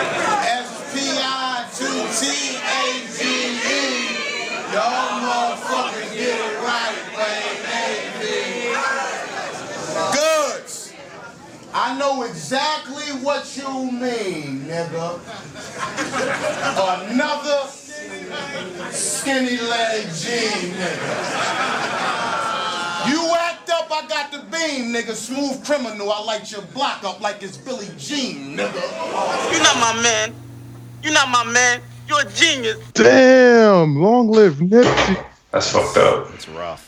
E. know exactly what you mean, nigga. Another skinny leg G, nigga. You act up, I got the beam, nigga. Smooth criminal, I light your block up like it's Billy Jean, nigga. You're not my man. You're not my man. You're a genius. Damn, long live Nipsey. That's fucked up. It's rough.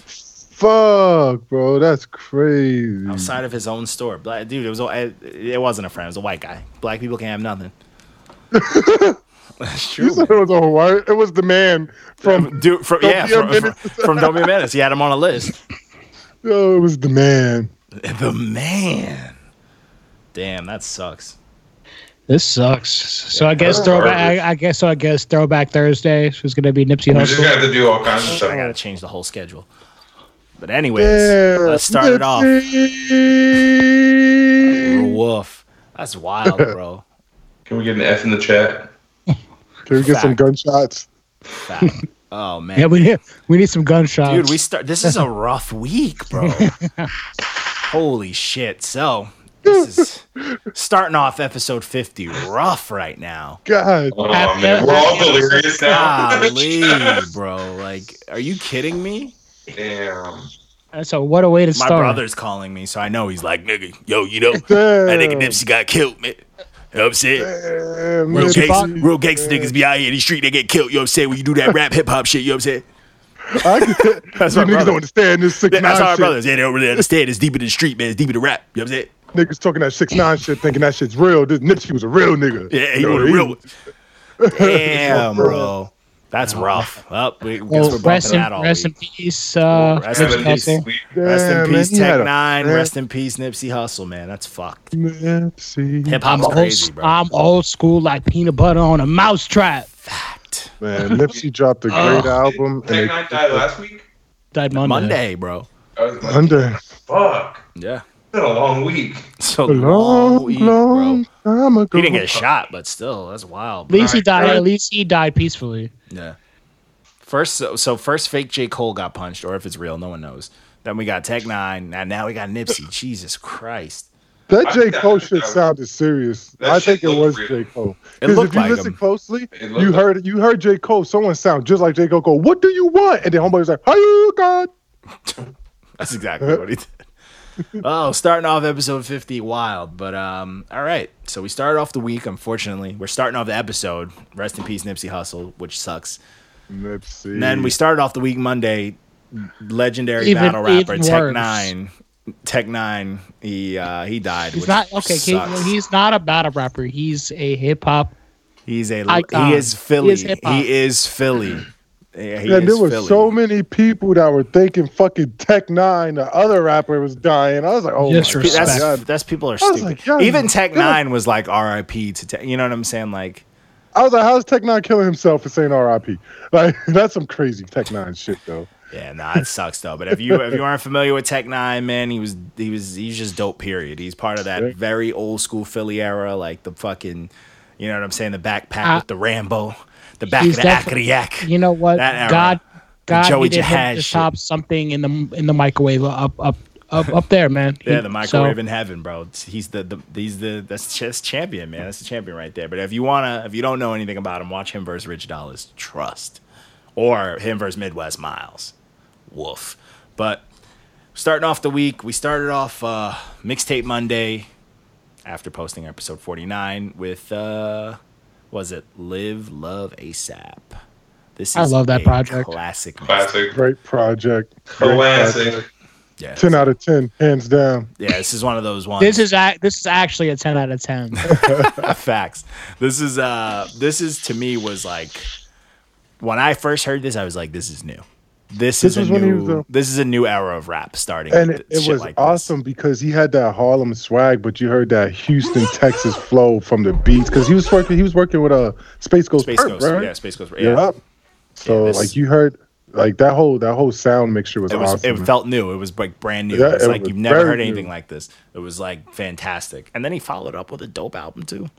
Fuck, bro, that's crazy. Outside of his own store, black dude. It was. all- It it wasn't a friend. It was a white guy. Black people can't have nothing. That's You true. said it was a white. It was the man from. man. Dude, from Don't yeah, Be a from, from, Menace. from Don't Be a Menace. He had him on a list. Oh, it was the man. The man. Damn, that sucks. This sucks. So I guess that's throwback. garbage. I, I guess so. I guess throwback Thursday is going to be Nipsey We just Hussle. gonna have to do all kinds of I gotta stuff. change the whole schedule. But anyways, Damn, let's start it off. Nipsey. Woof. That's wild, bro. Can we get an F in the chat? Can we get some Fact. gunshots? Fact. Oh man. Yeah, we need we need some gunshots. Dude, we start. This is a rough week, bro. Holy shit! So this is starting off episode fifty rough right now. God, Oh F- man, F- we're all F- delirious now. Golly, bro! Like, are you kidding me? Damn. And so what a way to My start. brother's calling me, so I know he's like, nigga, yo, you know, that nigga damn, Nipsey got killed, man. You know what I'm saying? damn, Real Nipsey. gangster, real gangster niggas be out here in the street, they get killed. You know what I'm saying? When you do that rap hip hop shit, you know what I'm saying? I get, That's you my niggas brother. don't understand this six Yeah, nine That's our shit. brothers. Yeah, they don't really understand. It's deep in the street, man. It's deep in the rap. You know what I'm saying? Niggas talking that six nine shit, thinking that shit's real. This Nipsey was a real nigga. Yeah, he No, was a he real was- one. Damn, bro. That's rough. Up, we guess Well, we're Oh, rest bumping in, that all rest in week. peace, uh, Rest in Have Nipsey a nice Hussle. sleep. Rest Damn, in man, peace, he had Tech a- Nine. man, Rest in peace, Nipsey Hustle, man. That's fucked. Nipsey. Hip I'm hop's old, crazy, bro. I'm old school like peanut butter on a mousetrap. Fact. Man, Nipsey dropped a great Oh. album Tech and Nine died last week. Died Monday. Monday, bro. I was like, under fuck. Yeah. It's been a long week. So a long, long, week, long bro. time ago. He didn't get shot, but still, that's wild. At Bro. least he Alright, died. alright. At least he died peacefully. Yeah. First, so, so first, fake J Cole got punched, or if it's real, no one knows. Then we got Tech Nine, and now we got Nipsey. Jesus Christ. That J. That- Cole shit that- sounded serious. that I shit think it looked was J. real. Cole. It Because looked if you like listen him. closely, It looked you like- heard you heard J. Cole. Someone sound just like J. Cole. Go, what do you want? And then homeboy was like, "How you got?" That's exactly what he did. Oh, starting off episode 50 wild, but um all right. So we started off the week unfortunately. We're starting off the episode. Rest in peace Nipsey Hustle, which sucks. Nipsey. And then we started off the week Monday legendary Even- battle rapper even Tech worse. 9. Tech 9, he uh he died. He's which not okay. He, sucks. well, he's not a battle rapper. He's a hip hop. He's a icon. he is Philly. He is He is, hip-hop. Philly. Yeah, he and is there were Philly. so many people that were thinking fucking Tech Nine, the other rapper was dying. I was like, oh Yes, my respect. god, that's that's people are was stupid. like, Oh God, Even Tech God. Nine was like R.I.P. to Tech. You know what I'm saying? Like I was like, how's Tech Nine killing himself and saying R.I.P. Like that's some crazy Tech Nine shit though. Yeah, nah, it sucks though. But if you if you aren't familiar with Tech Nine, man, he was he was he's just dope. Period. He's part of that Sure. very old school Philly era, like the fucking, you know what I'm saying, the backpack Uh, with the Rambo, the back of he's the definitely- Acadiac. You know what? That era. God, God Joey needed him Jihad to shit. top something in the in the microwave up up up up there, man. Yeah, the So- microwave in heaven, bro. It's- He's the, the he's the that's just champion, man. That's the champion right there. But if you wanna, if you don't know anything about him, watch him versus Rich Dollars. Trust, or him versus Midwest Miles. Woof. But starting off the week, we started off uh, mixtape Monday after posting episode forty nine with uh, was it Live Love ASAP. This is I love that a project. Classic. mixtape. Classic. Great project. Great Classic. project. Yeah, Ten out of ten, hands down. yeah. This is one of those ones. This is ac- this is actually a ten out of ten. facts this is uh this is to me was like when i first heard this i was like this is new this, This is a was when he was new a- this is a new era of rap starting And with it, shit it was like this. awesome because he had that Harlem swag, but you heard that Houston, Texas flow from the beats because he was working. He was working with uh, Space Ghost. space Perp, ghost right? yeah space ghost yeah, Yeah. So Yeah, this- like you heard, like that whole that whole sound mixture was, it was awesome. it felt new it was like brand new Yeah, it was it like was you've never very heard anything new. like this it was like fantastic and then he followed up with a dope album too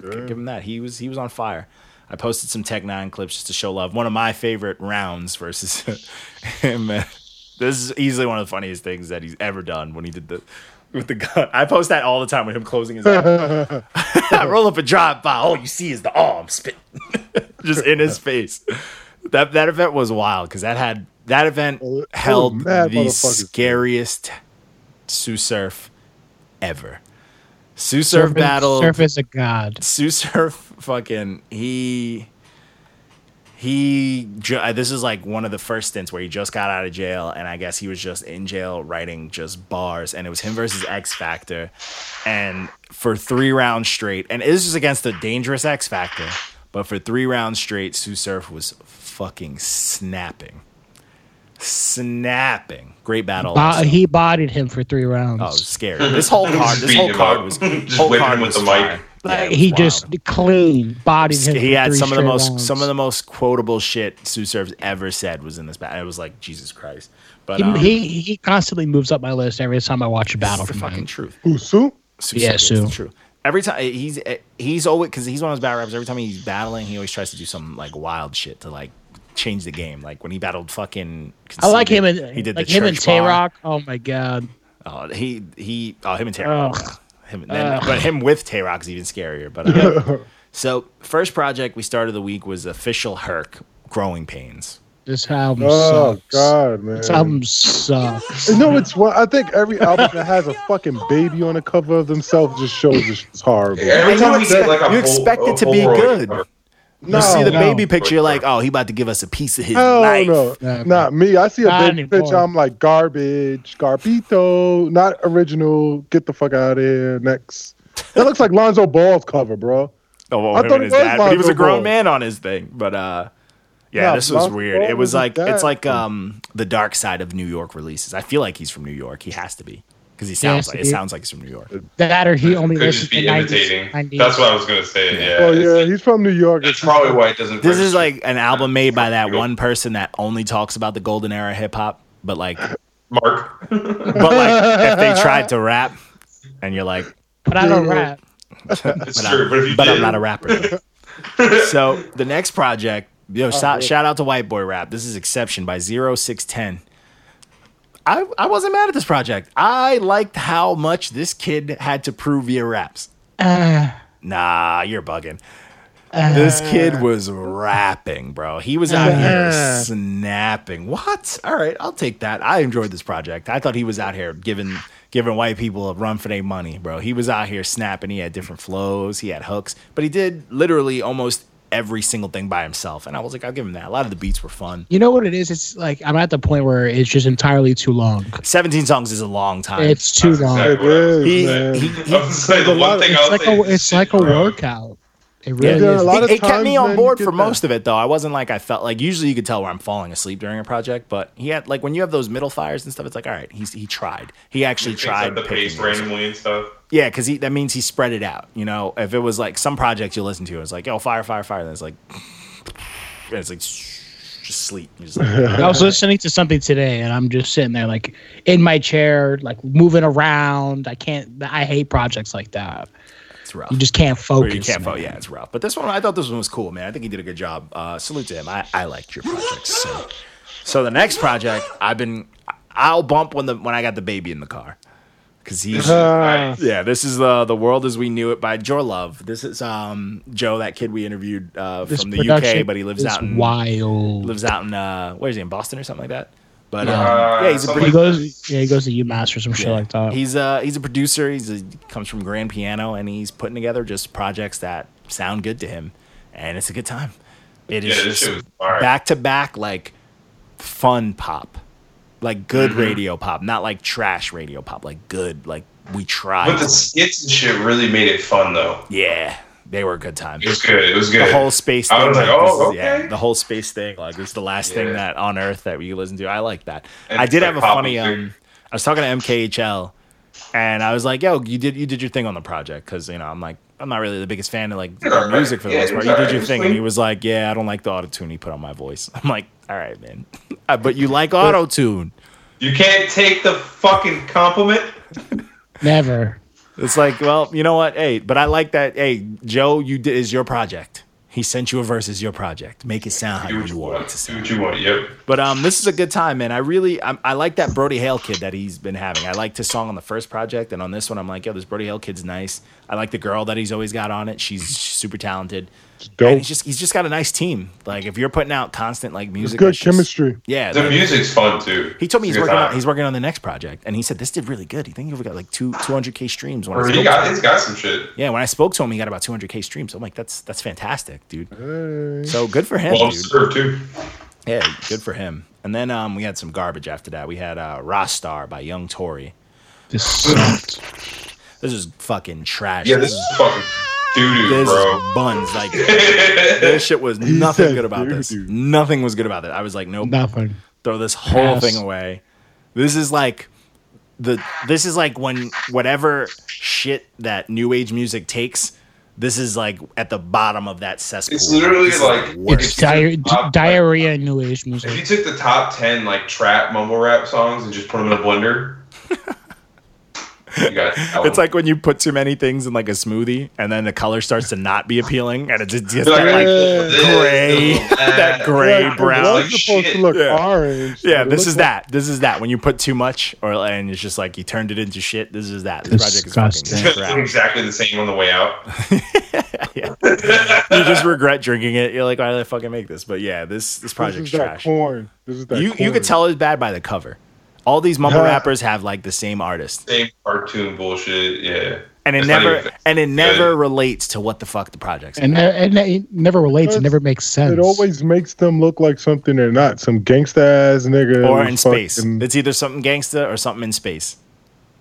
give him that he was he was on fire I posted some Tech Nine clips just to show love. One of my favorite rounds versus him. This is easily one of the funniest things that he's ever done when he did the with the gun. I post that all the time with him closing his eyes. I roll up a drive by. All you see is the arm spit just in his face. That that event was wild because that had that event Oh, it- oh, held mad the motherfuckers. scariest Sue Surf ever. Sue Surf battle. Surf is a god. Sue Surf fucking he he ju- uh, this is like one of the first stints where he just got out of jail and I guess he was just in jail writing just bars and it was him versus X Factor and for 3 rounds straight and this was against the dangerous X Factor but for 3 rounds straight Sue Surf was fucking snapping snapping great battle Bo- also. he bodied him for three rounds. Oh, it was scary. This whole card, this beating whole him card up. was Just whole whipping card him with was the mic. fire. Yeah, it was he wild just clean bodied him. he for had three some of the straight most rounds. some of the most quotable shit Sue Surf's ever said was in this battle. It was like Jesus Christ, but He, um, he he constantly moves up my list every time I watch a it's battle the from fucking him. truth. Who, Sue? Sue Yeah, Surf, it's Sue. the truth. Every time he's he's always because he's one of those battle rappers. Every time he's battling, he always tries to do some like wild shit to like change the game. Like when he battled fucking, I like him Conceited, and like him and church Tay bar. Rock. Oh my god, Oh, he he oh him and Tay Ugh. Rock. Him, and then, but him with Tay Rock is even scarier. But uh, so first project we started the week was official Herc growing pains. this album Oh sucks. um, God, man. This album sucks. No, it's what I think every album that has a fucking baby on the cover of themselves just shows it's just horrible. Every you time we expect- get like a you expect it to be good. No, you see the no. baby picture, you're like, oh, he about to give us a piece of his hell life. no, Yeah, not me. I see a Not baby anymore. picture, I'm like garbage, garbito, not original. Get the fuck out of here. Next, that looks like Lonzo Ball's cover, bro. Oh, well, I him thought and it his was dad, but he was a Lonzo grown Ball. man on his thing. But uh, yeah, Nah, this was Lonzo weird. Ball It was was his like dad. it's like um the dark side of New York releases. I feel like he's from New York. He has to be because he sounds has to like it be. sounds like he's from New York. That or he only Could listens just to be 90s. imitating. 90s. That's what I was gonna say. Yeah, Oh it's- yeah, he's from New York. that's probably why it doesn't. This is register. like an album made by that one person that only talks about the golden era hip hop, but like, Mark. but like if they tried to rap, and you're like, But I don't rap. It's true, but if you but did, I'm not a rapper. so the next project, yo, so, shout out to White Boy Rap. This is Exception by Zero Six Ten. I I wasn't mad at this project. I liked how much this kid had to prove via raps. Uh, Nah, you're bugging. this kid was rapping, bro. He was out here snapping. What? All right, I'll take that. I enjoyed this project. I thought he was out here giving giving white people a run for their money, bro. He was out here snapping. He had different flows. He had hooks, but he did literally almost every single thing by himself. And I was like, I'll give him that. A lot of the beats were fun. You know what it is? It's like I'm at the point where it's just entirely too long. Seventeen songs is a long time. It's too long. exactly- It is, He- man. I he- was gonna say the one thing It's I'll like say. a is it's shit, like a bro. workout. It really Yeah, there are is. a lot it, of it kept times, me man, on you board get for that. most of it though. I wasn't like I felt like usually you could tell where I'm falling asleep during a project, but he had like when you have those middle fires and stuff, it's like all right, he's he tried. He actually Things like tried the picking pace those. randomly and stuff. Yeah, because that means he spread it out. You know, if it was like some projects you listen to, it's like, oh, fire, fire, fire. And it's like, and it's like, just sleep. You're just like, I was listening to something today, and I'm just sitting there, like in my chair, like moving around. I can't. I hate projects like that. it's rough. You just can't Or focus. you can't vote. man. Yeah, it's rough. But this one, I thought this one was cool, man. I think he did a good job. Uh, salute to him. I, I liked your projects. So. so the next project, I've been, I'll bump when the when I got the baby in the car, because he's. Ah, Yeah, this is the the world as we knew it by Joe Love. This is um Joe, that kid we interviewed uh, This from the production UK, but he lives is out in wild. lives out in uh where is he in Boston or something like that. But um, Uh, yeah, he's a something he pretty, goes. Yeah, he goes to UMass or some shit like that. he's uh he's a producer. He's a, comes from grand piano and he's putting together just projects that sound good to him, and it's a good time. It Yeah, is this shit was just fire. back to back like fun pop, like good radio pop, not like trash radio pop, like good like we tried. But the skits and shit really made it fun, though. yeah, they were a good time. It was good. It was good. the whole space thing. I was like, this oh, is- yeah, okay. the whole space thing. Like this is the last thing Yeah. that on Earth that we listen to. I like that. And I it's did like have a pop funny. music. Um, I was talking to MKHL, and I was like, "Yo, you did you did your thing on the project?" Because you know, I'm like, I'm not really the biggest fan of like You're all right. music for the Yeah, most it was part. You all did right. your It was thing, and he clean. was like, "Yeah, I don't like the auto tune he put on my voice." I'm like, "All right, man, Uh, but you like auto tune." You can't take the fucking compliment. Never. It's like, well, you know what? Hey, but I like that. Hey, Joe, you did is your project. He sent you a verse as your project. Make it sound how Do what you you want it want. to Do sound. what you want. Yep. But um, this is a good time, man. I really I, I like that Brody Hale kid that he's been having. I liked his song on the first project, and on this one, I'm like, yo, this Brody Hale kid's nice. I like the girl that he's always got on it. She's super talented. And Dope. he's just he's just got a nice team. Like if you're putting out constant like music, Good that's just- chemistry. Yeah, The like, music's fun too. he told me It's he's a good working on time. he's working on the next project, and he said this did really good. He think he got like two 200k streams. When I Or spoke he to got, him. he's got some shit. Yeah, when I spoke to him, he got about 200k streams. I'm like, that's that's fantastic, dude. Hey. So good for him, Well dude. served too. Yeah, good for him. And then um, we had some garbage after that. We had uh, Rostar by Young Tory. This sucked. This is fucking trash. Yeah, this this, is fucking doo doo, this bro. is buns. Like this shit was He nothing said, good about this. "Doo-doo." Nothing was good about it. I was like, nope. Nothing. throw this whole Pass. thing away. This is like the this is like when whatever shit that new age music takes, this is like at the bottom of that cesspool. It's literally This is like It's if you di- took the top- diarrhea and new age If you music. took the top ten like trap mumble rap songs and just put them in a blender, you got that it's one. like when you put too many things in like a smoothie and then the color starts to not be appealing and it just gets You're that like this, gray that gray Like, the brown. blood. blood's supposed shit. to look Yeah. orange. Yeah, It this looks is like- that. This is that. When you put too much or and it's just like you turned it into shit. This is that. This project is Disgusting. fucking Doing trash. exactly the same on the way out. you just regret drinking it. You're like, why did I fucking make this? But yeah, this this This project's is that trash. corn. This is that. You you corn. could tell it's bad by the cover. All these mumble Yeah. rappers have like the same artist, Same cartoon bullshit. Yeah. and it It's not never even- and it never relates to what the fuck the project's. And, that- and that- it never relates. It It's- never makes sense. It always makes them look like something they're not. Some gangsta ass nigga. or who's in space, fucking- it's either something gangsta or something in space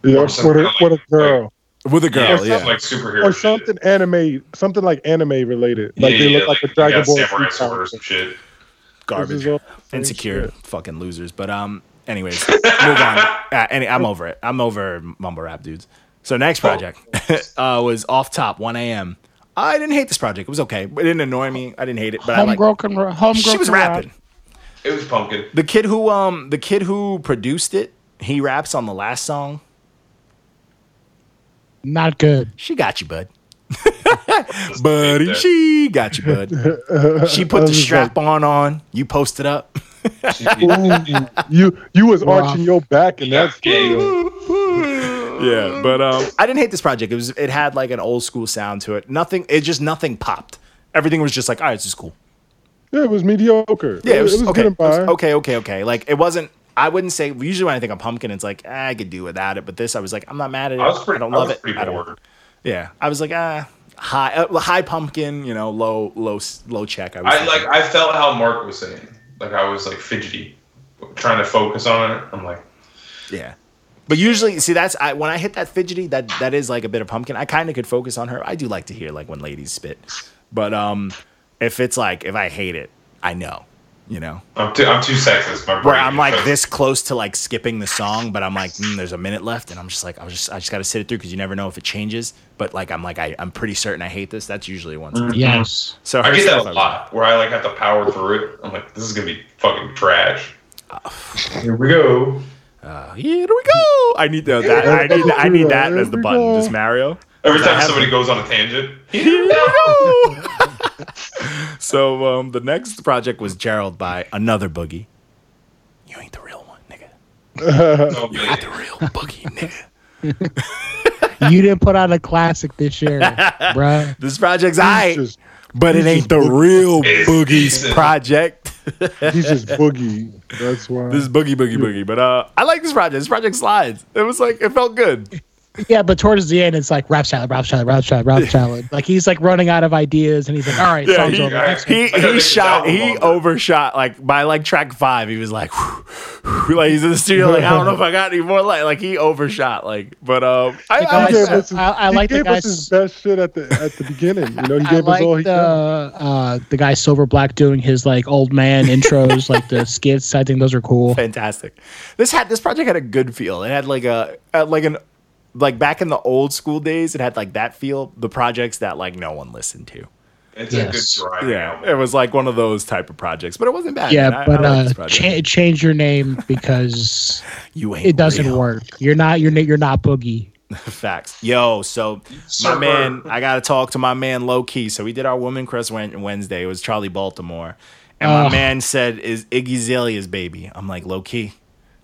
Yeah, Or with some a, with a like- girl. with a Yeah, girl. it's Yeah, like superhero Or shit. something anime. Something like anime related. Like yeah, they yeah, look like, a you got Dragon Ball. samurai Z sword or character. some shit. garbage, is all same insecure, shit. fucking losers. But um, anyways, move on. Uh, any, I'm over it. I'm over mumble rap dudes. So next project uh, was off top 1 a.m. I didn't hate this project. It was okay. It didn't annoy me. I didn't hate it, but I like. Homegirl can ra- homegirl She was can rap. rapping. It was pumpkin. The kid who um the kid who produced it, he raps on the last song. Not good. She got you, bud. Buddy, she got you, bud. She put the strap on on. You posted up. You you was Wow. arching your back and that's Yeah. Yeah, but um I didn't hate this project. It was it had like an old school sound to it. Nothing it just nothing popped. Everything was just like, all right, this is cool. yeah, it was mediocre. Yeah, it was, okay. getting It was by. okay, okay, okay. Like it wasn't I wouldn't say usually when I think of pumpkin, it's like ah, I could do without it, but this I was like, I'm not mad at it. I I, was pretty. don't love was it. pretty I don't- bored. Yeah, I was like, ah, high, uh, high pumpkin, you know, low, low, low check. I was I like. thinking. I felt how Mark was saying. Like I was like fidgety, trying to focus on it. I'm like, yeah. But usually, see, that's I, when I hit that fidgety. That that is like a bit of pumpkin. I kind of could focus on her. I do like to hear like when ladies spit, but um, if it's like if I hate it, I know, you know, I'm too. I'm too sexist. My where brain I'm like is- this close to like skipping the song, but I'm like, mm, there's a minute left, and I'm just like, I was just I just gotta sit it through because you never know if it changes. But like, I'm like, I, I'm pretty certain I hate this. That's usually once. Yes. So Mm. I her get stuff, that a was- lot. Where I like have to power through it. I'm like, this is gonna be fucking trash. Here we go. Here we go. I need the, that. I need. I need that as the button. Just Mario. Every time have- somebody goes on a tangent, Here we go. so um, the next project was Gerald by another boogie. You ain't the real one, nigga. oh, man. The real boogie, nigga. you didn't put out a classic this year, bruh. This project's I, He's but it ain't the real It's boogie's decent. project. just he's just boogie. That's why. This is boogie, boogie, boogie. But uh, I like this project. This project slides. It was like it felt good. Yeah, but towards the end, it's like rap salad, rap salad, rap salad, rap salad. Like he's like running out of ideas, and he's like, "All right, Yeah, song's he- over." I- Next one. He gotta make he this shot. album He longer. overshot. Like by like track five, he was like, like he's in the studio. Like I don't know if I got any more light. Like he overshot. Like, but um, I, Like, I like I He gave that. us his- I- I he like the gave us guy's- his best shit at the at the beginning. You know, he I gave us all he like the got. uh, the guy Silver Black doing his like old man intros, like the skits. I think those are cool. fantastic. This had this project had a good feel. It had like a uh, like an like back in the old school days. It had like that feel. The projects that like no one listened to. it's Yes. a good drive. album. it was like one of those type of projects, but it wasn't bad. Yeah, man. I- I but like this uh, project. cha- change your name because you ain't it doesn't real. work. You're not you're na- you're not boogie. Facts. Yo, so my Sir. man, I gotta talk to my man low key. So we did our Woman Crush Wen- Wednesday. It was Charlie Baltimore, and my Oh. man said, "Is Iggy Azalea's baby?" I'm like, low key,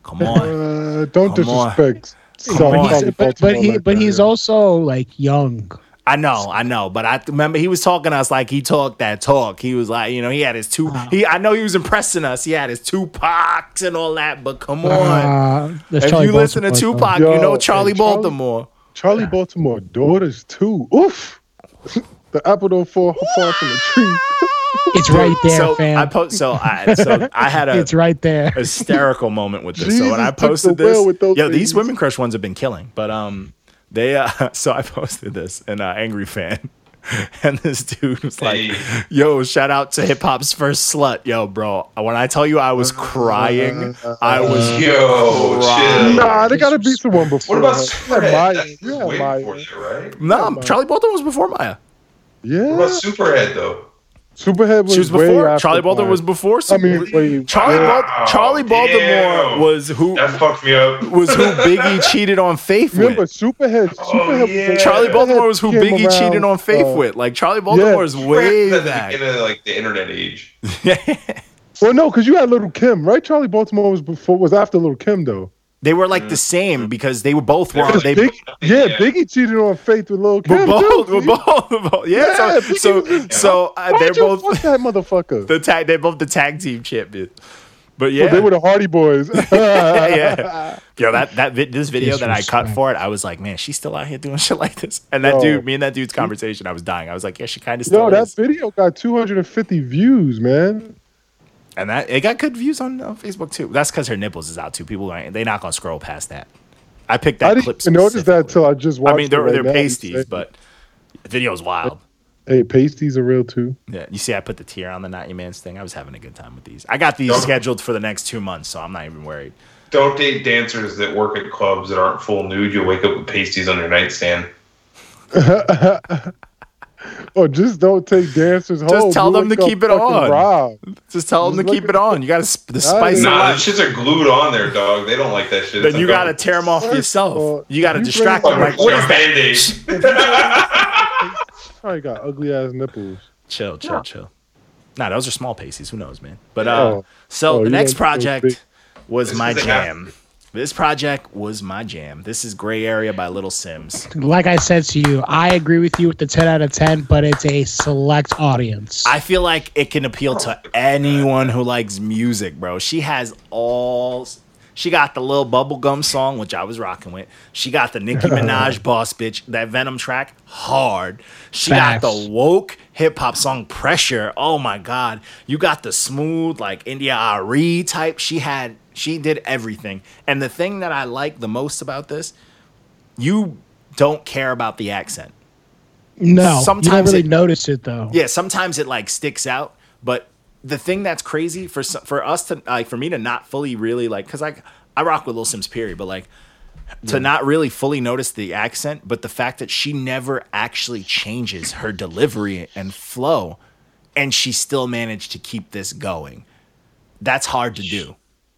come on. Uh, don't Come on. disrespect. Come Charlie on. Baltimore But, but he like but that, he's yeah. also like young. I know, I know, but I remember he was talking to us like he talked that talk. He was like, you know, he had his two. Uh-huh. He, I know he was impressing us. He had his Tupacs and all that, but come on. Uh, there's if Charlie you listen to Baltimore, though. Tupac, Yo, you know and Charlie Charlie- Baltimore. Charlie Baltimore daughters too. Oof. The apple don't fall far from the tree. It's right there, so fam. I po- so I so I had a it's right there. hysterical moment with this. so when Jesus I took the posted wheel this, with those yo, these things. women crush ones have been killing. But um, they uh, so I posted this and uh, angry fan, and this dude was like, Hey. "Yo, shout out to hip hop's first slut, yo, bro. When I tell you I was crying, I Uh, Yo, was chill. Nah, they gotta beat someone before. What about her. Superhead? Maya. That's Yeah, way Maya. before that, right? no. Charlie Bolton was before Maya. Yeah. What about Superhead though? Superhead was, She was way before after Charlie Bolton Maya. was before. I mean, way- Charlie Wow, Bal- Charlie Baltimore damn. was who That fucked me up. was who Biggie cheated on Faith with. Remember Superhead? Superhead. was- Oh, yeah. Charlie Yeah. Baltimore was who Came Biggie around, cheated on Faith uh, with. Like Charlie Baltimore is way At the back. beginning of like the internet age. Well, no, because you had Little Kim, right? Charlie Baltimore was before was after Little Kim though. they were like the same because they were both were Because they Big, yeah, Yeah. Biggie cheated on Faith with Little were Kim. both too. were both, were both yeah. Yeah, so Biggie so, was- so uh, Why'd they're you both fuck that motherfucker. the tag. They're both the tag team champions. But yeah, Well, they were the Hardy Boys. yeah, yeah. Yo, that that vid- this video that I cut Disrespect. for it, I was like, man, she's still out here doing shit like this. And that Yo. dude, me and that dude's conversation, I was dying. I was like, yeah, she kind of still Yo, that is. video got 250 views, man. and that it got good views on, on Facebook too. That's because her nipples is out too. People aren't they're not gonna scroll past that. I picked that I clip. didn't even notice that specifically. till I just watched. I mean, they're it right now. they're You pasties, said- but the video's wild. hey, pasties are real too. Yeah, you see, I put the tear on the not your man's thing. I was having a good time with these. I got these Don't- scheduled for the next two months, so I'm not even worried. Don't date dancers that work at clubs that aren't full nude. You'll wake up with pasties on your nightstand. Or Oh, just don't take dancers home. tell You them to wake up keep it fucking on. robbed. Just tell them Just to look at- keep it on. You got to the spice. is- of Nah, life. those shits are glued on there, dog. They don't like that shit. Then It's you like, got to tear them off First of yourself. all, You got to you bring distract oh, them. fucking Like, what is that? Band-Aid. Probably got ugly ass nipples. Chill, chill, chill. Nah, those are small pasties. Who knows, man? But uh, Oh. so Oh, the you next don't think those big- project was This my is the jam. This project was my jam. This is Gray Area by Little Sims. like I said to you, I agree with you with the 10 out of 10, but it's a select audience. I feel like it can appeal to anyone who likes music, bro. She has all. She got the little bubblegum song, which I was rocking with. She got the Nicki Minaj boss bitch, that Venom track, hard. She got Facts. the woke hip hop song pressure. Oh my god. You got the smooth, like India Ari type. She had she did everything. And the thing that I like the most about this, you don't care about the accent. no, you don't sometimes really it- notice it though. Yeah, sometimes it like sticks out, but the thing that's crazy for s- for us to like for me to not fully really like because I I rock with Lil Sims period, but like to not really fully notice the accent, but the fact that she never actually changes her delivery and flow, and she still managed to keep this going. That's hard to do.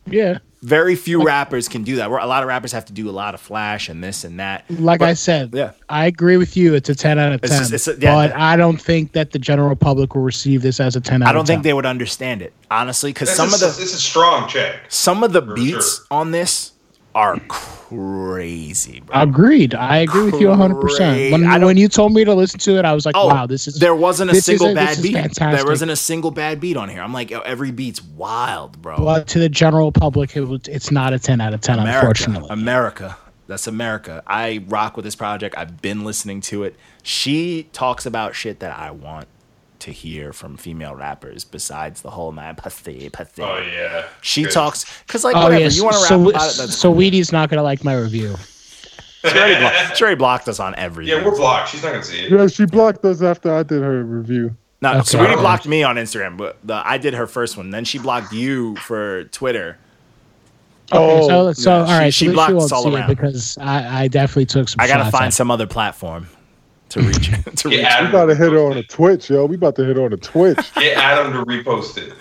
Yeah. Very few rappers can do that. Where a lot of rappers have to do a lot of flash and this and that. Like But- I said, yeah. I agree with you. It's a 10 out of 10. It's just- it's a- yeah, but that- I don't think that the general public will receive this as a 10 out I don't of 10. think they would understand it honestly because That's some a- of the it's a strong check. some of the For beats sure. on this are crazy, bro. Agreed. I agree with you 100%. Great. I When, don't- Oh, when you told me to listen to it, I was Oh, like, wow, this is. there wasn't a this is single a- this bad is beat. fantastic. There wasn't a single bad beat on here. I'm like, yo, every beat's wild, bro. But to the general public, it, was- it's not a 10 out of 10, America, unfortunately. America. That's America. I rock with this project. I've been listening to it. She talks about shit that I want to hear from female rappers besides the whole nine pussy, pussy. Oh yeah. She Good. talks because like Oh, whatever yes. you want to rap so, about it. That's so Weedy's not going to like my review. she, already blocked, she already blocked us on everything. Yeah, we're blocked. She's not gonna see it. Yeah, she blocked us after I did her review. No, Okay. so Sweetie Oh. blocked me on Instagram, but the, I did her first one. Then she blocked you for Twitter. Okay, Oh, so, so yeah, all she- right, she so blocks she won't all see around. it because I, I definitely took some. I gotta shots find at some other platform to reach. to reach. Get Adam We about to hit her repost on a it. Twitch, yo. We about to hit her on a Twitch. Get Adam to repost it.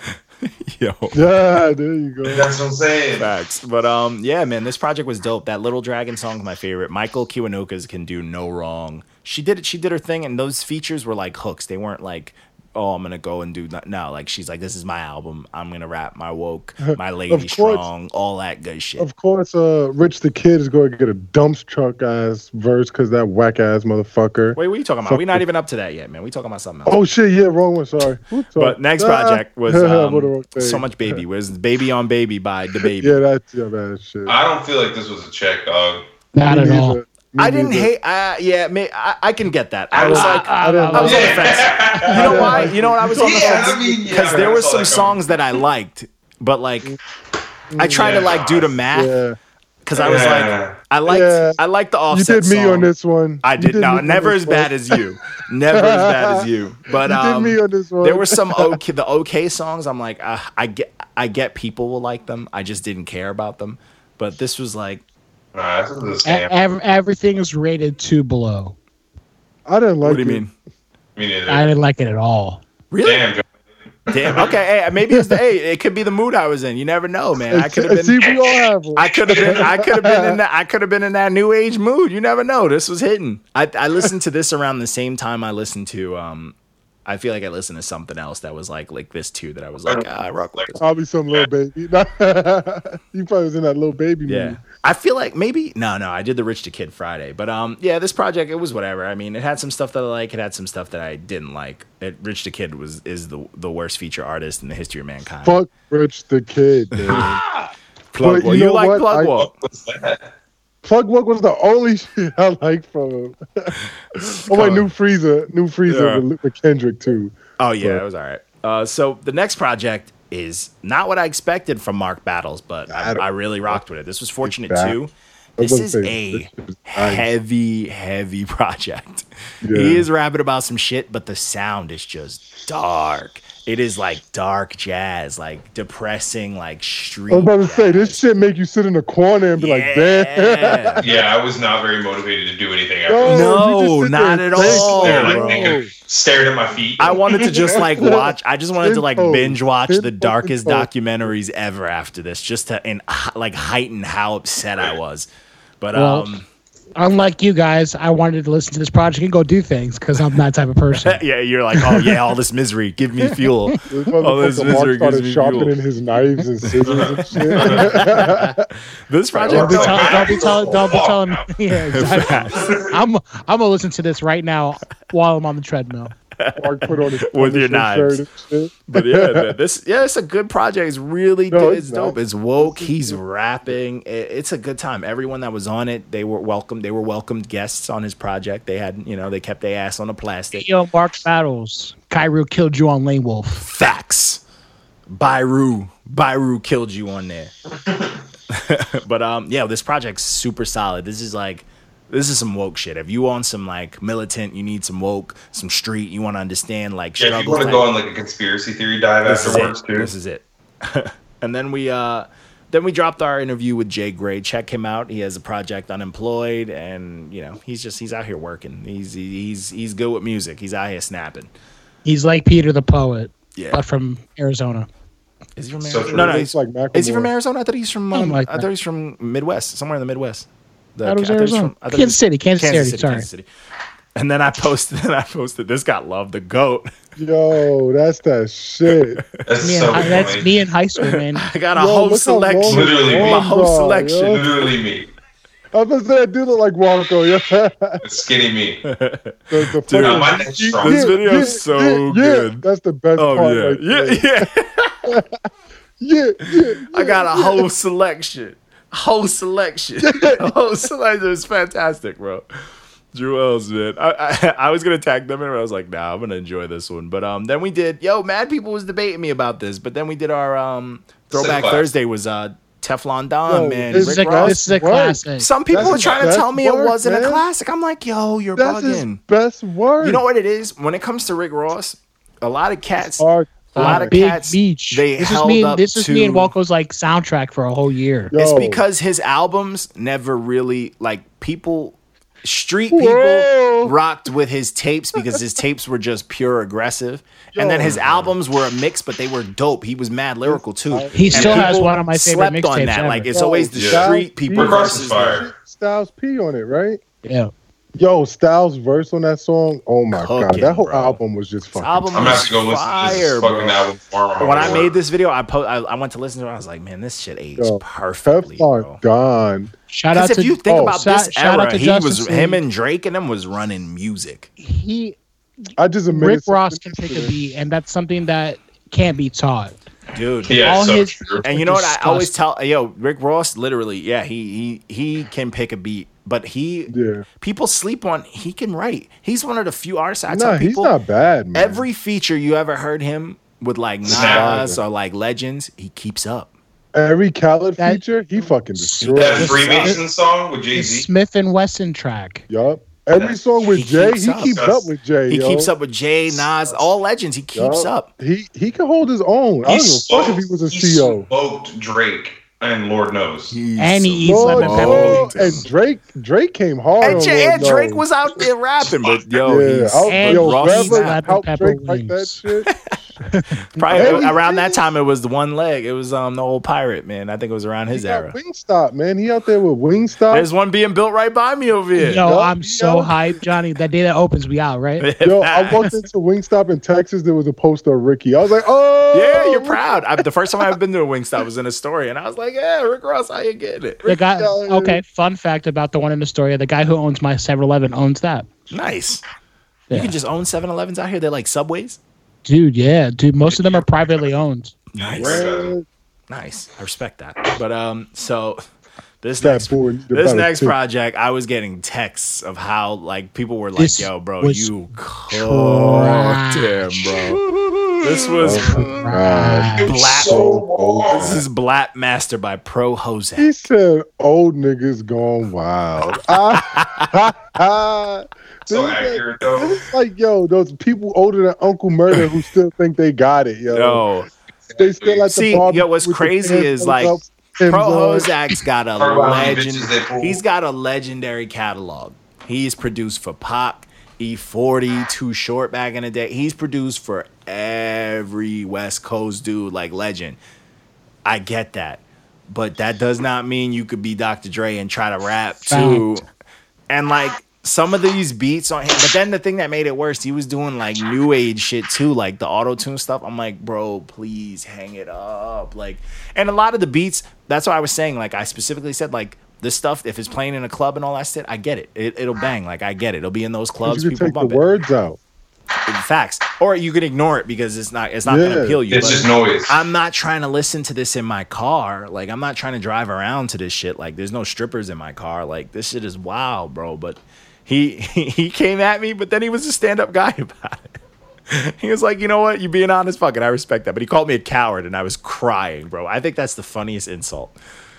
Yo. Yeah, there you go. That's what I'm saying. Facts. But um, yeah, man, this project was dope. That Little Dragon song's my favorite. Michael Kiwanuka's can do no wrong. She did it. She did her thing, and those features were like hooks. They weren't like, oh, I'm gonna go and do no- no. Like she's like, this is my album. I'm gonna rap my woke, my lady Of course. strong, all that good shit. Of course, uh, Rich the Kid is going to get a dumps truck ass verse because that whack ass motherfucker. Wait, what are you talking about? We're not even up to that yet, man. We talking about something else. Oh shit, yeah, wrong one. Sorry. Oops, sorry. But next Ah. project was What the um, wrong thing. so much baby. Was baby on baby by the baby. Yeah, that's yeah, bad shit. I don't feel like this was a check, dog. Not Me at neither. all. Me I didn't neither. hate. Uh, yeah, may, I, I can get that. I was like, Ah, I didn't I was on the Yeah. fence. You know why? You know what? I was on the Yeah, fence I mean, yeah, because there I was saw some that songs that I liked, but like I tried to Yeah. like do the math Mm, Yeah. because I was Yeah. like, I liked, Yeah. I liked the You offset. did me song. on this one. I You did, no, me on never this as bad one. as you. Never as bad as you. But You did um, me on this one. there were some okay, the okay songs. I'm like, uh, I get, I get people will like them. I just didn't care about them. But this was like, Nah, this is a scam. E- ev- everything is rated two below. I didn't like what do you it. mean? Me neither. I didn't like it at all. Really? Damn, John. Damn. Okay. Hey, maybe it's the hey. It could be the mood I was in. You never know, man. I And could have been. See, we all have one. I could have been. I could have been in that. I could have been in that new age mood. You never know. This was hidden. I, I listened to this around the same time I listened to. Um, I feel like I listened to something else that was like like this too. That I was like, ah, I rock with this. Probably some little baby. you probably was in that little baby Yeah. movie. I feel like maybe no, no. I did the Rich to Kid Friday, but um, yeah, this project it was whatever. I mean, it had some stuff that I like. It had some stuff that I didn't like. It, Rich to Kid was is the the worst feature artist in the history of mankind. Fuck Rich the Kid. man. Plug But Walk. you You, know like what? Plug I- Walk. What's that? Plug Walk was the only shit I liked from him. oh wait, New Freezer, New Freezer Yeah. with, with Kendrick too. Oh yeah, But- it was all right. Uh, so the next project is not what I expected from Mark Battles, but I, I don't- I really rocked with it. This was fortunate bad. too. I This was is gonna say, a this is nice. heavy, heavy project. Yeah. He is rapping about some shit, but the sound is just dark. It is like dark jazz, like depressing, like street. I was about to say jazz. this shit make you sit in the corner and be like, damn. Yeah. Yeah, I was not very motivated to do anything. After No, you just sit this. No, not there at and think. all, Stared bro. Oh, like naked, stared at my feet. I wanted to just like watch. I just wanted to like Info. binge watch the Info, darkest info. documentaries ever after this, just to and h- like heighten how upset I was. But Well- um, Unlike you guys, I wanted to listen to this project and go do things because I'm that type of person. yeah, you're like, oh yeah, all this misery, give me fuel. This All this motherfucker Mark misery started gives me sharpening fuel. his knives and scissors and shit. This Don't project, be, no, tell, don't be telling. Don't be Walk telling. out. Yeah, exactly. I'm. I'm gonna listen to this right now while I'm on the treadmill. Mark put on his With Punisher your knives. shirt and shit. but yeah, man, this yeah, it's a good project. It's really No, good. It's, it's dope. not. It's woke. He's rapping. It, it's a good time. Everyone that was on it, they were welcome. They were welcomed guests on his project. They had, you know, they kept their ass on the plastic. Yo, Mark Battles. Kyru killed you on Lane Wolf. Facts. Byru. Byru killed you on there. but um, yeah, this project's super solid. This is like this is some woke shit. If you want some like militant, you need some woke, some street, you want to understand like Yeah, if you struggles, want to like- go on like a conspiracy theory dive this is afterwards, it. too. This is it. and then we uh then we dropped our interview with Jay Gray. Check him out. He has a project unemployed and you know, he's just he's out here working. He's he's he's good with music. He's out here snapping. He's like Peter the poet, Yeah. but from Arizona. Is he from So Arizona? true. no, no, he's It's like Macklemore. Is he from Arizona? I thought he's from. Something Um, like I thought that. he's from Midwest, somewhere in the Midwest. The, Thought it was I thought he's Arizona. from- I thought he Kansas was- City, Kansas City, sorry. City. And then I posted. Then I posted. This got love. The goat. Yo, that's that shit. That's Yeah, so I- that's funny. me in high school, man. I got a Yo, whole look how long selection. Literally, his my arms whole are, selection. yo. Literally me. I was gonna say that dude look like Wonko. Yeah. Skinny me. The, the fucking- Nah, my neck's strong. This video's so good. That's the best part. Oh right yeah, there. yeah, yeah. yeah, yeah. I got a whole selection. Whole selection. A whole selection. It's fantastic, bro. Drew Ells, man. I, I I was gonna tag them in, but I was like, nah, I'm gonna enjoy this one. But um, then we did. Yo, mad people was debating me about this, but then we did our um throwback class. Thursday was uh Teflon Don, Yo, man. this This is Rick a, Ross. this is a Right. classic. Some people That's were his trying to best tell me it work, wasn't a man. classic. I'm like, yo, you're That's his bugging. best word. You know what it is? When it comes to Rick Ross, a lot of cats. Hard A lot of time. Big cats, Beach. they this held is me. up And, this is me and to- Walco's like soundtrack for a whole year. Yo, It's because his albums never really like people Street people Whoa. rocked with his tapes because his tapes were just pure aggressive. and then his albums were a mix, but they were dope. He was mad lyrical too. He And still has people one of my favorite slept on mixtapes that. ever. Like it's always the Yeah. street people We're crossing versus fire. Styles P on it, right? yeah. Yo, Styles verse on that song. Oh my god, Cooking, that whole bro. album was just This fucking. album I'm gonna have was to go listen to fire, this fucking bro. album tomorrow. When I Work. made this video, I, po- I I went to listen to it. I was like, man, this shit aged Yo, perfectly, bro. Teflon Don. Shout out Because to if you think oh, about shout- this shout out era, to he Justice was him League. and Drake and them was running music. he I just admitted Rick something Ross can pick to a this. beat, and that's something that can't be taught. Dude, Yeah, all so his- true. And you know what? I always Disgusting. tell yo Rick Ross, literally, yeah, he he he can pick a beat, but he Yeah. people sleep on he can write. He's one of the few artists I No, tell he's people not bad, man. every feature you ever heard him with like Snap. Nas or like Legends, he keeps up. every Khaled That- feature, he fucking destroyed. That it. Just- Freemason song with Jay The Z. Smith and Wesson track. Yup. Every song with He Jay, keeps he up. keeps up with Jay. He yo. keeps up with Jay, Nas, all Legends. He keeps Yup. up. He he can hold his own. I don't give a fuck if he was a E CO. smoked Drake, and Lord knows. And he eats Lord, lemon pepper. Lord, oh, and Drake Drake came hard. And, on Jay, Lord and Drake knows. was out there rapping, but yo, yeah, Oh, he's, out, And yo, Ross Reverend- is Rev not. Slap out and Drake pepper like that wings. shit. probably Hey, around yeah. that time it was the one leg. It was um the old pirate man. I think it was around his he era. got Wingstop, man. He out there with Wingstop. There's one being built right by me over here. Yo, Yup, I'm so yup. hyped, Johnny. That day that opens, we out, right? Yo, I walked into Wingstop in Texas. There was a poster of Ricky. I was like, oh, yeah, you're proud. I, the first time I've been to a Wingstop was in a story, and I was like, "Yeah, Rick Ross, how you getting it? The guy. Yo. Okay, fun fact about the one in Astoria: the guy who owns my 7-Eleven owns that. Nice. You Yeah. can just own 7-Elevens out here. They're like Subways. Dude, yeah, dude. Most of them are privately owned. Nice, Right. nice. I respect that. But um, so this That next boy, the this better next too. project, I was getting texts of how like people were like, This "Yo, bro, was you cooked him, bro. This was Oh Right. black. So old. This is Black Master by Pro Jose. He said, "Old niggas gone wild." Ah, ah, this So is like- accurate though. It's like, yo, those people older than Uncle Murder who still think they got it, yo. Yo, They still at See, the barbecue yo, what's with their crazy pants is, up, like, Tim's Pro on. Hozak's got a Talk about how many legend. bitches they pulled. He's got a legendary catalog. He's produced for Pac, E40, Too Short back in the day. He's produced for every West Coast dude, like legend. I get that, but that does not mean you could be Dr. Dre and try to rap too. And like some of these beats on him, but then the thing that made it worse, he was doing like new age shit too, like the auto tune stuff. I'm like, bro, please hang it up. Like, and a lot of the beats, that's what I was saying. Like, I specifically said, like, this stuff, if it's playing in a club and all that shit, I get it. it it'll bang. Like, I get it. It'll be in those clubs. You can People take the bump it. words out. Facts. Or you could ignore it because it's not it's not Yeah. gonna appeal you. It's but- just noise. I'm not trying to listen to this in my car. Like I'm not trying to drive around to this shit. Like there's no strippers in my car. Like this shit is wild, bro. But he he came at me, but then he was a stand up guy about it. He was like, you know what? You being honest, fucking, I respect that. But he called me a coward, and I was crying, bro. I think that's the funniest insult.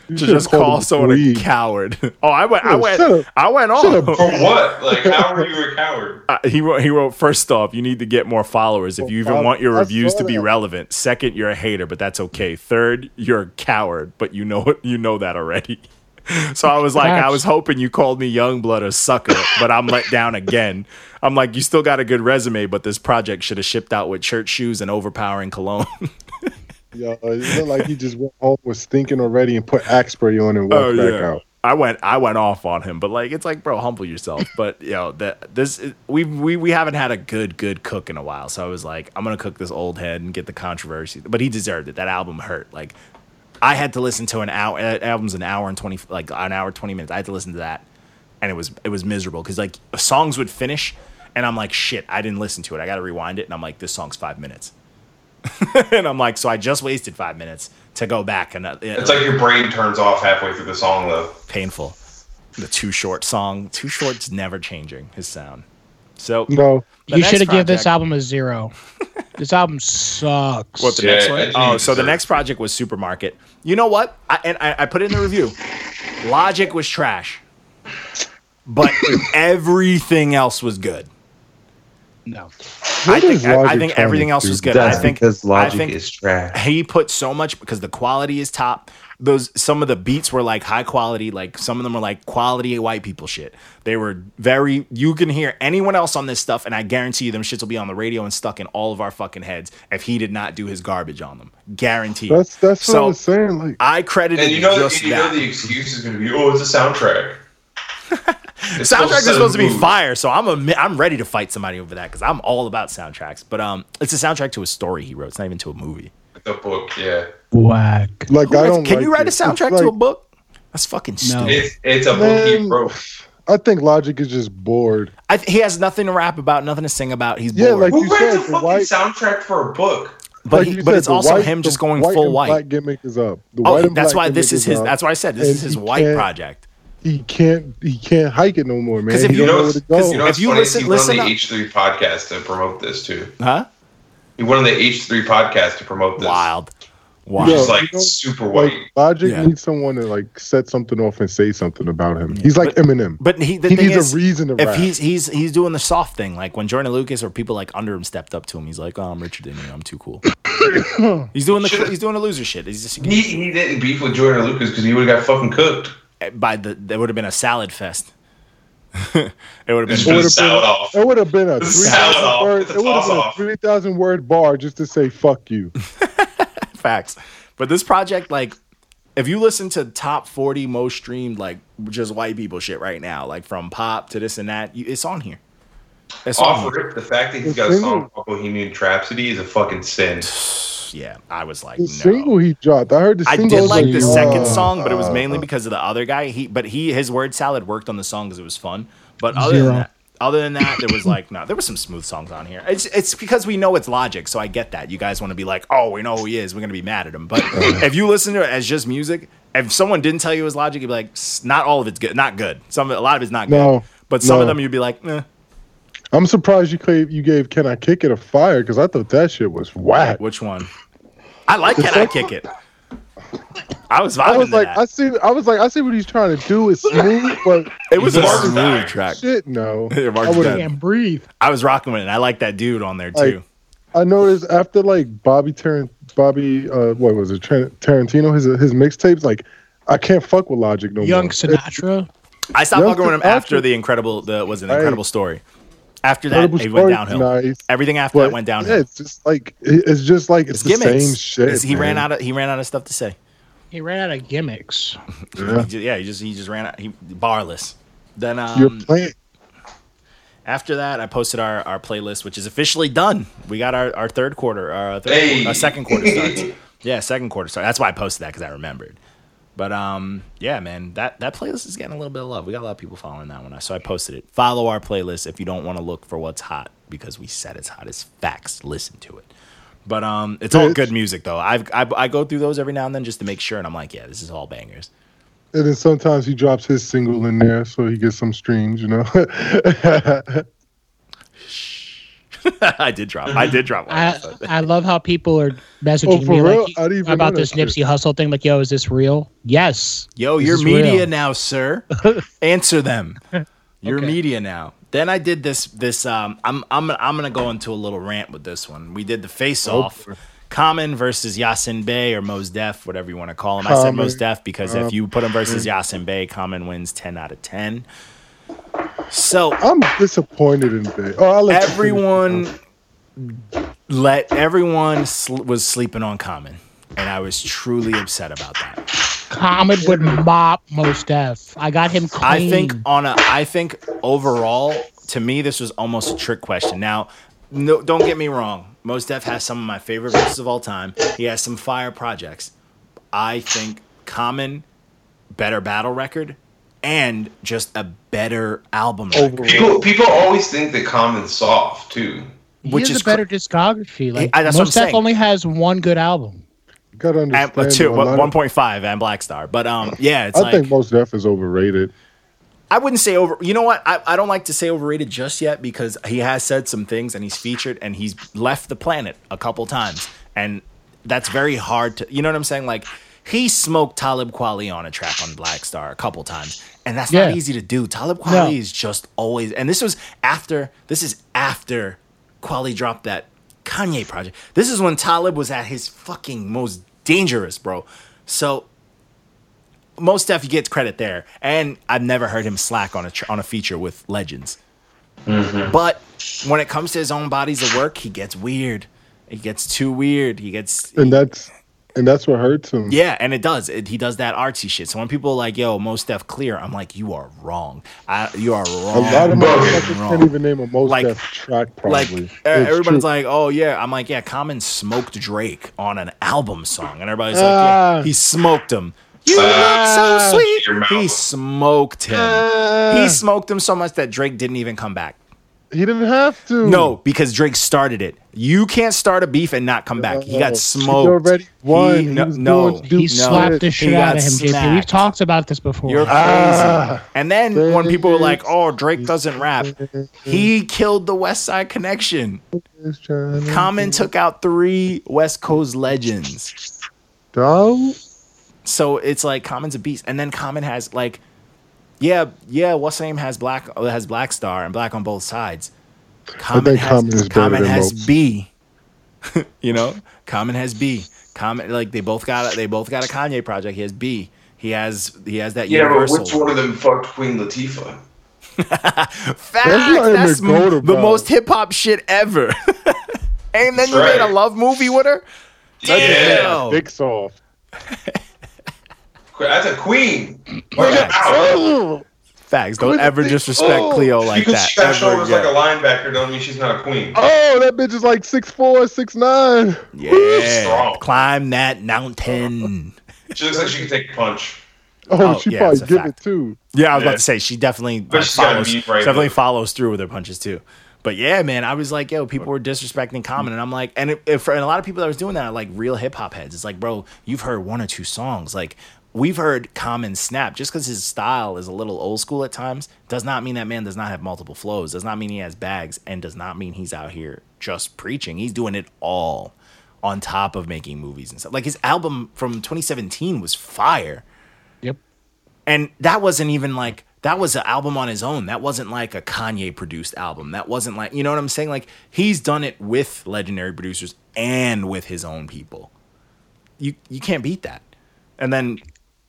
You To should've just called call him someone Greed. a coward. Oh, I went, I Should've- should've- went, I went should've off. For what? Like, how are you a coward? Uh, he wrote, he wrote first off you need to get more followers if you even Well, want your I- I reviews saw to be that. relevant second you're a hater but that's okay third you're a coward but you know you know that already so i was like i was hoping you called me young blood or sucker but i'm let down again i'm like you still got a good resume but this project should have shipped out with church shoes and overpowering cologne Yo, it looked like he just went home was stinking already and put axe spray on and walked Oh, back yeah. out. I went I went off on him, but like it's like bro, humble yourself. But you know that this we we we haven't had a good good cook in a while, so I was like I'm gonna cook this old head and get the controversy. But he deserved it. That album hurt. Like I had to listen to an hour. That album's an hour and twenty like an hour and twenty minutes. I had to listen to that, and it was it was miserable because like songs would finish, and I'm like shit, I didn't listen to it. I got to rewind it, and I'm like this song's five minutes. and I'm like, so I just wasted five minutes to go back and uh, It's like your brain turns off halfway through the song, though. painful. The Too Short song. Too Short's never changing his sound. So No, the you next should have given this project- album a zero. this album sucks. What the Yeah, next I one? think Oh, it so the deserves next it. project was Supermarket. You know what? I, and I, I put it in the review. Logic was trash, but everything else was good. no. I think I, I think everything else was good. That's I think because logic I think is trash. he put so much because the quality is top. Those some of the beats were like high quality, like some of them were like quality white people shit. They were very you can hear anyone else on this stuff, and I guarantee you them shits will be on the radio and stuck in all of our fucking heads if he did not do his garbage on them. Guaranteed. That's that's what I so was saying. Like I credited And you know, just the, you know that. the excuse is going to be, oh, it's a soundtrack. It's soundtrack is set supposed to the be mood. fire, so I'm a, I'm ready to fight somebody over that because I'm all about soundtracks. But um, it's a soundtrack to a story he wrote. It's not even to a movie. The book, yeah. Whack. like Who I writes- don't. can you like write a it. It's soundtrack to a like- book? That's fucking stupid. It's, it's a book he Man. wrote. I think Logic is just bored. I th- he has nothing to rap about, nothing to sing about. He's Yeah, bored. like Who you writes said, a the fucking white. soundtrack for a book? but like he, you but said, it's the also white- him just the going white full and white. Black gimmick is up. The Oh, white and that's black why this gimmick is his. up, That's why I said this and is his he white can't- project. He can't. He can't hike it no more, man. 'Cause He if don't you know know- where to 'cause go. You know, If it's you funny, listen- he listen went up- on the H3 podcast to promote this, too. Huh? He went on the H3 podcast to promote this. Wild. Wild. Yo, He's like you know, super Like, white. Logic Yeah. needs someone to like set something off and say something about him. He's like Eminem. But he, the he thing needs is, a reason to if rap. he's he's he's doing the soft thing, like when Jordan Lucas or people like under him stepped up to him, he's like, "Oh, I'm Richard Denny. I'm too cool." he's doing the he's doing the loser shit. He's just He, he didn't beef with Jordan Lucas because he would have got fucking cooked. by the there would have been a salad fest. it would have Just been. been a would've salad off. It would have been a three Sound thousand off. word. It's a It would have been a toss-off. three thousand word bar just to say "fuck you." facts. But this project, like, if you listen to top 40 most streamed, like, just white people shit right now, like from pop to this and that, you, it's on here. It's on Off here. rip, the fact that he's got a song called Bohemian Rhapsody is a fucking sin. Yeah, I was like, The no. single he dropped. I heard the I single. did was like the uh, second song, but it was mainly because of the other guy. He, but he, his word salad worked on the song because it was fun. But other Zero. than that, other than that, there was like no, there was some smooth songs on here. It's it's because we know it's logic, so I get that. You guys want to be like, oh, we know who he is, we're gonna be mad at him. But if you listen to it as just music, if someone didn't tell you it was logic, you'd be like, "S- not all of it's good, not good. Some a lot of it's not No, good. But some of no. them you'd be like, eh, I'm surprised you gave, you gave "Can I Kick It" a fire because I thought that shit was whack. which one? I like can I kick it. I was vibing I was to like, that. I see. I was like, I see what he's trying to do. It's smooth, but it was a Mark smooth Dyer. track. shit, no. Yeah, Mark's I would've- dead. Can't breathe. I was rocking with it. And I like that dude on there Like, too. I noticed after like Bobby Tarant, Bobby, uh, what was it, Tar- Tarantino? His his mixtapes, like, I can't fuck with Logic no Young more. Sinatra. I stopped Young fucking with him Sinatra- after the incredible. The was an Right. incredible story. After that, Incredible it went Story's downhill. nice, Everything after But that went Yeah, downhill. it's just like it- it's just like it's, It's the gimmicks. same shit. It's- he ran man. out of he ran out of stuff to say. He ran out of gimmicks. He ju- yeah, he just he just ran out. He barless. Then You're um, playing. after that, I posted our, our playlist, which is officially done. We got our, our third quarter, our, third, Hey. our second quarter starts. yeah, second quarter starts. That's why I posted that because I remembered. But um, yeah, man, that that playlist is getting a little bit of love. We got a lot of people following that one, so I posted it. Follow our playlist if you don't want to look for what's hot because we said it's hot as facts. Listen to it. But um, it's all Bitch. good music though. I've, I I go through those every now and then just to make sure, and I'm like, yeah, this is all bangers. And then sometimes he drops his single in there, so he gets some streams, you know. I did drop. I did drop. one. I, I love how people are Oh, messaging for me real? like, I didn't even about know this that shit. Nipsey Hustle thing. Like, yo, is this real? Yes. Yo, This you're is media real. now, sir. Answer them. You're Okay. media now. Then I did this. This um, I'm I'm I'm gonna go into a little rant with this one. We did the face Oh. off, Common versus Yasin Bey or Mos Def, whatever you want to call him. I said Common. Mos Def because Uh, if you put him versus Yasin Bey, Common wins ten out of ten. So I'm disappointed in Bay. Oh, I let you finish. everyone "Oh." let everyone sl- was sleeping on Common, and I was truly upset about that. Common would mop most def. I got him clean. I think um, on a I think overall to me this was almost a trick question. Now, no don't get me wrong. Mos Def has some of my favorite verses of all time. He has some fire projects. I think Common better battle record and just a better album record. People, people always think that Common's soft, too. he which has is a better discography. Like, I- that's what I'm most def saying. only has one good album. gotta At, understand. uh, two, though, a lot of- one point five and Black Star, but um, yeah, it's I like think most Def is overrated. I wouldn't say over. You know what? I, I don't like to say overrated just yet because he has said some things and he's featured and he's left the planet a couple times, and that's very hard to. You know what I'm saying? Like he smoked Talib Kweli on a track on Black Star a couple times, and that's Yeah. not easy to do. Talib Kweli No. is just always. And this was after. This is after Quali dropped that Kanye project. This is when Talib was at his fucking most dangerous, bro. So most stuff he gets credit there, and I've never heard him slack on a tr- on a feature with legends. Mm-hmm. But when it comes to his own bodies of work, he gets weird. He gets too weird. He gets and that's and that's what hurts him. yeah, and it does. It, he does that artsy shit. So when people are like, "Yo, most Def clear," I'm like, "You are wrong. I, you are wrong." A lot of motherfuckers Wrong. can't even name a most Like- Def track. like Probably e- everybody's like, "Oh yeah," I'm like, "Yeah." Common smoked Drake on an album song, and everybody's like, Ah. "Yeah, he smoked him." You look so Ah, sweet. Your mouth. He smoked him. Ah. he smoked him so much that Drake didn't even come back. he didn't have to. No, because Drake started it. You can't start a beef and not come back. He No. got He smoked. already won. He was doing He Dude, no. slapped the shit He out got of him, JP. We've smacked. talked about this before. You're crazy. Ah. Ah. and then when Drake. people were like, "Oh, Drake doesn't rap," Mm-hmm. he killed the West Side Connection. He's trying to- Common took out three West Coast legends. Dog? So it's like Common's a beast, and then Common has like, yeah, yeah. What's the name has black uh, has Black Star and Black on both sides. Common think Common is better Common than has most. B. you know, Common has B. Common like they both got a- they both got a Kanye project. He has B. He has he has that Yeah, but universal. which one of them fucked Queen Latifah? Facts. That's not even That's m- gold, the bro. most hip hop shit ever. and then you made right. a love movie with her. Yeah, Yo. Dicks off. Qu- that's a queen. Watch your mouth. Oh, Facts. Don't Queen ever Latifah. disrespect Oh, Cleo like because that. she got ever shoulders like again. a linebacker, don't mean she's not a queen. oh, that bitch is like six four, six nine. Yeah. Strong. Climb that mountain. She looks like she can take a punch. Oh, Oh, she yeah, probably it's a give fact. it too. Yeah, I was about Yeah. to say she definitely But uh, she's gotta follows, be right definitely there. follows through with her punches too. But yeah, man, I was like, yo, people were disrespecting Common, and I'm like, and it, it- for and a lot of people that was doing that are like real hip hop heads. It's like, bro, you've heard one or two songs. Like we've heard Common snap just because his style is a little old school at times does not mean that man does not have multiple flows. Does not mean he has bags, and does not mean he's out here just preaching. He's doing it all on top of making movies and stuff. Like his album from 2017 was fire yep. and that wasn't even like that was an album on his own that wasn't like a kanye produced album that wasn't like you know what i'm saying like he's done it with legendary producers and with his own people you you can't beat that and then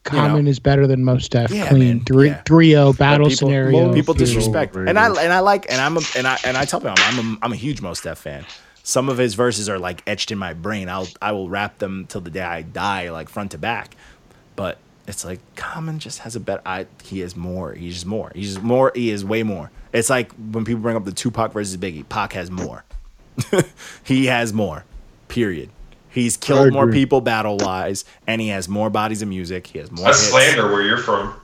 Common is better than most Def. Yeah, Clean man. three Yeah. three zero battle people, scenario. people Dude. disrespect and i and i like and i'm a, and i and i tell people i'm a, i'm a huge most def fan some of his verses are like etched in my brain i'll i will rap them till the day i die like front to back but it's like common just has a better i he is more he's just more he's just more he is way more it's like when people bring up the tupac versus biggie pac has more he has more period he's killed more agree. people battle wise and he has more bodies of music he has more That's hits. slander where you're from.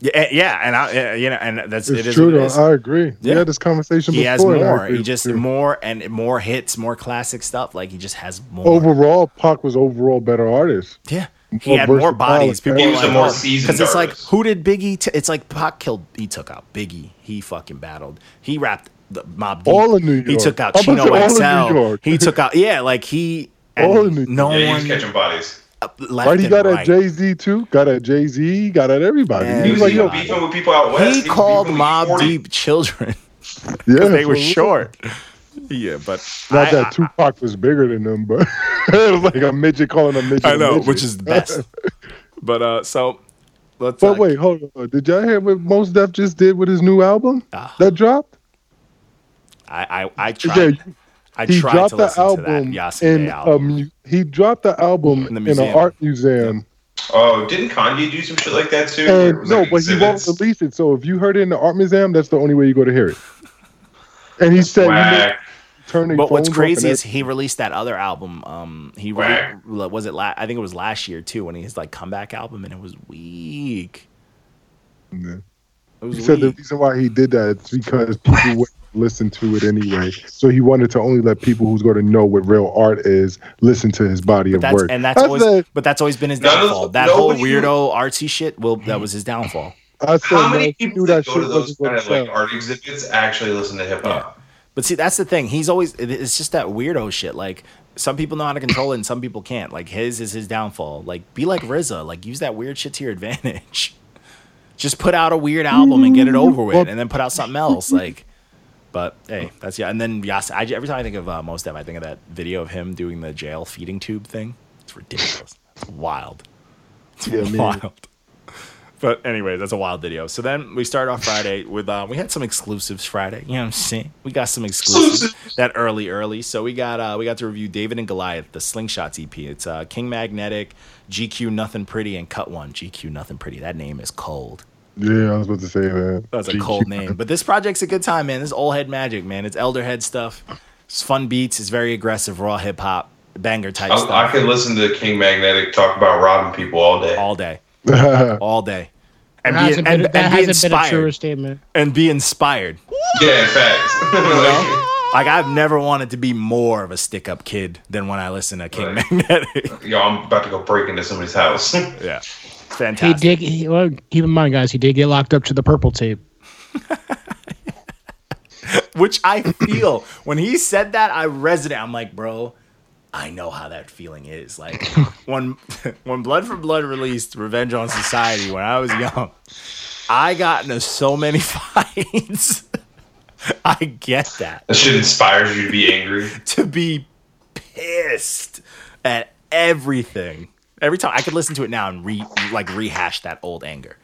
yeah eh, yeah and i you know and that's It's it is true what it though. is. I agree. Yeah. We had this conversation he before. has and I more. agree He just with you. more and more hits, more classic stuff. Like he just has more. overall, Pac was overall better artist. yeah, he more had more versatile bodies. People He were was a like, more oh, seasoned it's like artist. who did Biggie? T- it's like Pac killed. He took out Biggie. He fucking battled. He rapped the Mob Deep. All in New He York. took out I'm about Chino to say all in New XL. York. He took out yeah, like he. And All in New no Yeah, he was one catching bodies. left Right, he and got right. at Jay Z too. Got at Jay Z. Got at everybody. He was Like, even yo, beefing with people out west. he was called beefing with Mob 40. Deep children. yeah, they were so- short. Yeah, but Not I- that Tupac was bigger than them, but it was like a midget calling a midget. I a know, midget. which is the best. but uh, so let's. But uh, wait, hold on. Did y'all hear what Most Def just did with his new album Ah. that dropped? I I, I tried. Yeah, I he tried dropped to the listen album to that Yasin in uh, Day album. a mu- he dropped the album In the in, an museum. art museum. Oh, didn't Kanye do some shit like that too? Where it And was no, like but he won't exhibits? release it. So if you heard it in the art museum, that's the only way you go to hear it. And he said, you know, Whack. turning. But phones what's off crazy and is he released that other album. Um, he re- Whack. was it la- I think it was last year too when his like comeback album and it was weak. everything. It was He said the weak. reason why he did that is because people wouldn't listen to it anyway. So he wanted to only let people who's going to know what real art is listen to his body of That's work. and that's I always said, but that's always been his None of- downfall. that no, whole but you- weirdo artsy shit. Well, that was his downfall. I said, How no, many he people knew that that go shit to those wasn't kind going of to like sell. art exhibits actually listen to hip hop? But see, that's the thing. He's always it- it's just that weirdo shit. Like some people know how to control it and some people can't. Like his is his downfall. Like be like RZA. Like use that weird shit to your advantage. Just put out a weird album and get it over with, and then put out something else. Like But hey, that's yeah. And then Yas, I, every time I think of uh, Most Def, I think of that video of him doing the jail feeding tube thing. It's ridiculous. it's wild. It's Yeah, man. wild. But anyway, that's a wild video. So then we start off Friday with uh, we had some exclusives Friday. You know what I'm saying? We got some exclusives that early, early. So we got uh, we got to review David and Goliath, the Slingshots EP. It's uh, King Magnetic, GQ Nothing Pretty, and Cut One. GQ Nothing Pretty. That name is cold. Yeah, I was about to say that. That's a GQ. cold name. But this project's a good time, man. This is old head magic, man. It's elder head stuff. It's fun beats. It's very aggressive, raw hip hop, banger type stuff. I, I could listen to King Magnetic talk about robbing people all day. all day, all day, and That be, and, hasn't, been, and, that be hasn't been a truer inspired. statement. And be inspired. Yeah, in fact. Like, Like I've never wanted to be more of a stick up kid than when I listen to King Right. Magnetic. Yo, I'm about to go break into somebody's house. yeah, He fantastic. did. He, well, keep in mind, guys, he did get locked up to the purple tape. Which I feel when he said that, I resonate. I'm like, bro, I know how that feeling is. Like when when Blood for Blood released Revenge on Society when I was young, I got into so many fights. I get that. that shit inspires you to be angry. To be pissed at everything. Every time I could listen to it now and re like rehash that old anger.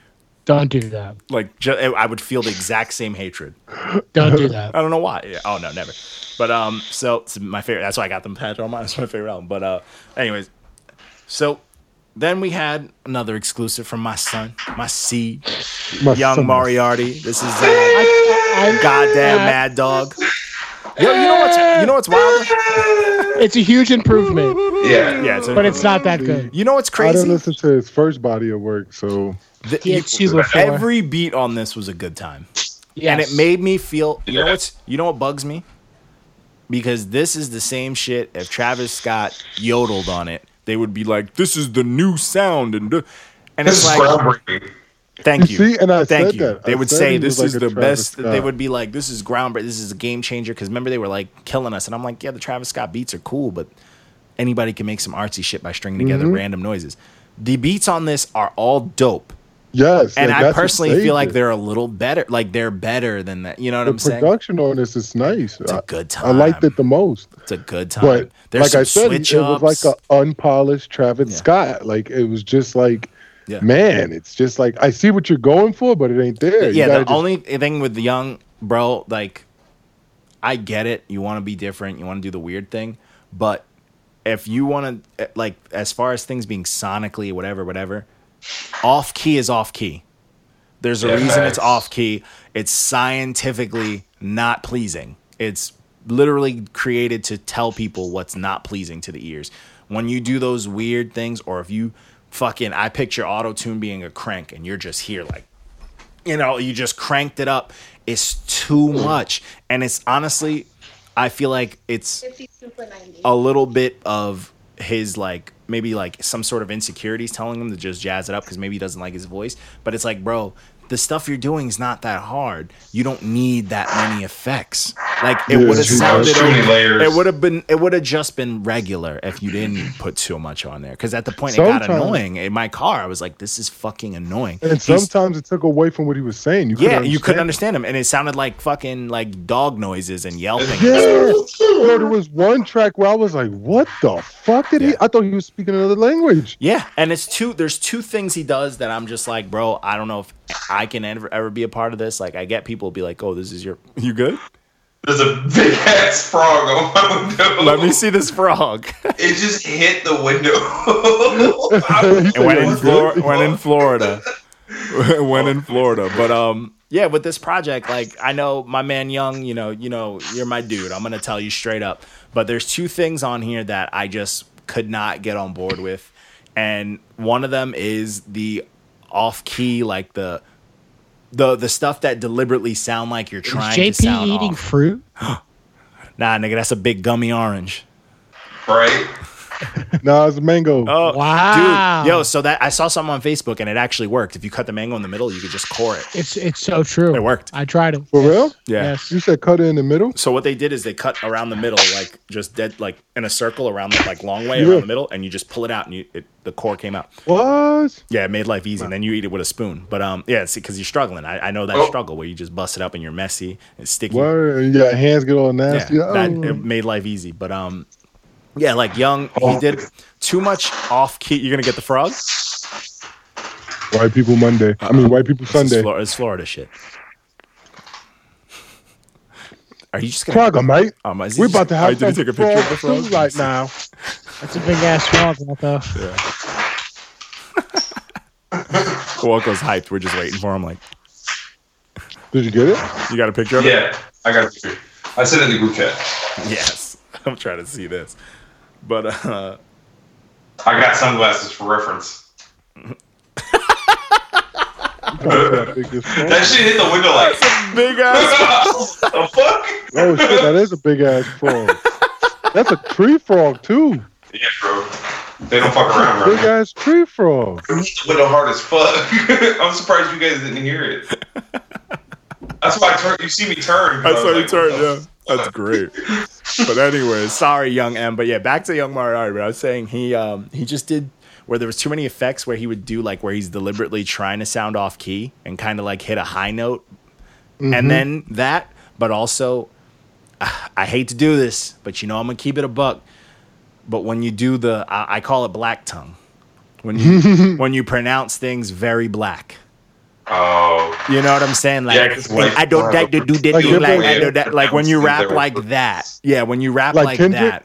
Don't do that. Like ju- I would feel the exact same hatred. Don't do that. I don't know why. Yeah. Oh no, never. But um, so it's my favorite. That's why I got them tattooed on mine. That's my favorite album. But uh, anyways, so then we had another exclusive from my son, my C, My Young son- Moriarty. This is uh, I- goddamn I- Mad Dog. You know, you know what's you know what's wild? It's a huge improvement, Yeah. Yeah, it's a- but it's not that good. You know what's I didn't crazy? listen to his first body of work, so The- Yeah, you- it's LaFleur. every beat on this was a good time. and it Yes. made me feel. You know Yeah. what's you know what bugs me? Because this is the same shit. If Travis Scott yodeled on it, they would be like, "This is the new sound," and duh." and This it's is like, groundbreaking. "Thank you, You see, and I thank said you." that. They I would said he say, was "This is like a the Travis best." They Scott. would be like, "This is groundbreaking. This is a game changer." Because remember, they were like killing us, and I'm like, "Yeah, the Travis Scott beats are cool, but anybody can make some artsy shit by stringing together Mm-hmm. random noises." The beats on this are all dope. Yes, And like, I that's what personally saved feel like it. they're a little better. Like they're better than that. You know what the I'm saying? production on this is nice. a I- good I liked time. it the most, It's a good time. but There's like I some said, switch it was ups. like an unpolished Travis Yeah. Scott. Like it was just like, Yeah. man, it's just like I see what you're going for, but it ain't there. You yeah, gotta the just- only thing with the young bro, like, I get it. You want to be different. You want to do the weird thing, but if you want to, like, as far as things being sonically, whatever, whatever, off key is off key. There's a Yeah, reason facts. it's off key. It's scientifically not pleasing. It's literally created to tell people what's not pleasing to the ears. When you do those weird things, or if you fucking, I picture auto tune being a crank and you're just here like, you know, you just cranked it up. It's too Mm. much. And it's honestly, I feel like it's a little bit of his like maybe like some sort of insecurities telling him to just jazz it up because maybe he doesn't like his voice. But it's like, bro, the stuff you're doing is not that hard. You don't need that many effects. Like it Yeah, would have it's too sounded. much. Too many layers. It would have been. It would have just been regular if you didn't put so much on there. Because at the point it got Sometimes- annoying. In my car, I was like, this is fucking annoying. and He's- sometimes it took away from what he was saying. You yeah, you couldn't understand. understand him, and it sounded like fucking like dog noises and yelping. Yeah. Bro, there was one track where I was like, what the fuck did Yeah. he? I thought he was speaking another language. Yeah, and it's two. There's two things he does that I'm just like, bro. I don't know if I can ever ever be a part of this. Like, I get people be like, oh, this is your. You good? There's a big ass frog on my window. Let me see this frog. It just hit the window. and went in, What? Flor- went in Florida. went in Florida. But um yeah, with this project, like I know my man Young, you know, you know, you're my dude. I'm gonna tell you straight up. But there's two things on here that I just could not get on board with. And one of them is the off key, like the the the stuff that deliberately sound like you're Is trying to JP sound eating off. fruit? Nah, nigga, that's a big gummy orange. right? No, it's mango. Oh, Wow. dude, yo! So that I saw something on Facebook, and it actually worked. If you cut the mango in the middle, you could just core it. It's it's so true. It worked. I tried it. For real? Yeah. You said cut it in the middle? So what they did is they cut around the middle, like just dead, like in a circle around the like long way Yeah. around the middle, and you just pull it out, and you it, the core came out. What? Yeah, it made life easy. And then you eat it with a spoon. But um, yeah, it's because you're struggling. I, I know that Oh. struggle where you just bust it up and you're messy and sticky. Word. and Your hands get all Yeah, nasty. that Oh. it made life easy. But um, yeah, like young, he did too much off key. You're gonna get the frog. This Oh. White people Monday. I mean, white people is Sunday. Flor- it's Florida shit. Are you just gonna? Frogger, mate. Um, is he We're just- about to oh, have did he some take a picture of the frog frog? soup right now. That's a big ass frog, though. Kowalko's hyped. We're just waiting for him. Like, Did you get it? you got a picture of it? Yeah, I got a picture. I sent it in the group chat. Yes. I'm trying to see this. But uh I got sunglasses for reference. That shit hit the window like, big ass the fuck? oh shit, that is a big ass frog. That's a tree frog too. Yeah, bro. They don't fuck around, bro. Big ass tree frog. It hit the window hard as fuck. I'm surprised you guys didn't hear it. That's why I turned. You see me turn. 'cause I was saw you like, turn, what the yeah. That's great. But anyway, sorry, young M. But yeah, back to young Mariari. But I was saying he um he just did where there was too many effects where he would do like where he's deliberately trying to sound off key and kind of like hit a high note and then that, but also ah, I hate to do this, but you know I'm gonna keep it a buck. But when you do the, I, I call it black tongue, when you when you pronounce things very black. Oh, You know what I'm saying? Like, Yeah, 'cause like, white I don't people like to have a- do that. Like thing, Like, Kendrick? I do that. Like when you rap like that. Yeah, when you rap Like like, Kendrick? that.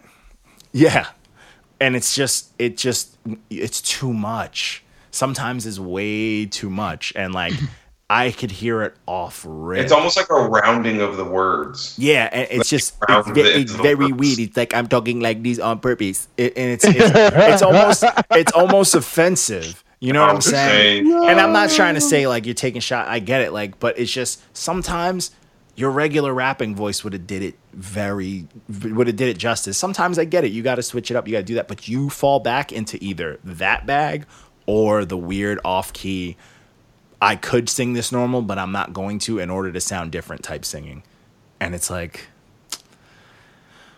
Yeah, and it's just, it just, it's too much. Sometimes it's way too much, and like I could hear it off rip. it's almost like a rounding of the words. yeah, and it's just it's, round ve- it it's to the very words. weird. It's like I'm talking like these on purpose, it, and it's, it's it's almost it's almost offensive. You know what I'm just saying? saying, And I'm not trying to say like you're taking shot. I get it, like, but it's just sometimes your regular rapping voice would have did it very would have did it justice. Sometimes I get it. You got to switch it up. You got to do that, but you fall back into either that bag or the weird off key. I could sing this normal, but I'm not going to in order to sound different type singing. And it's like.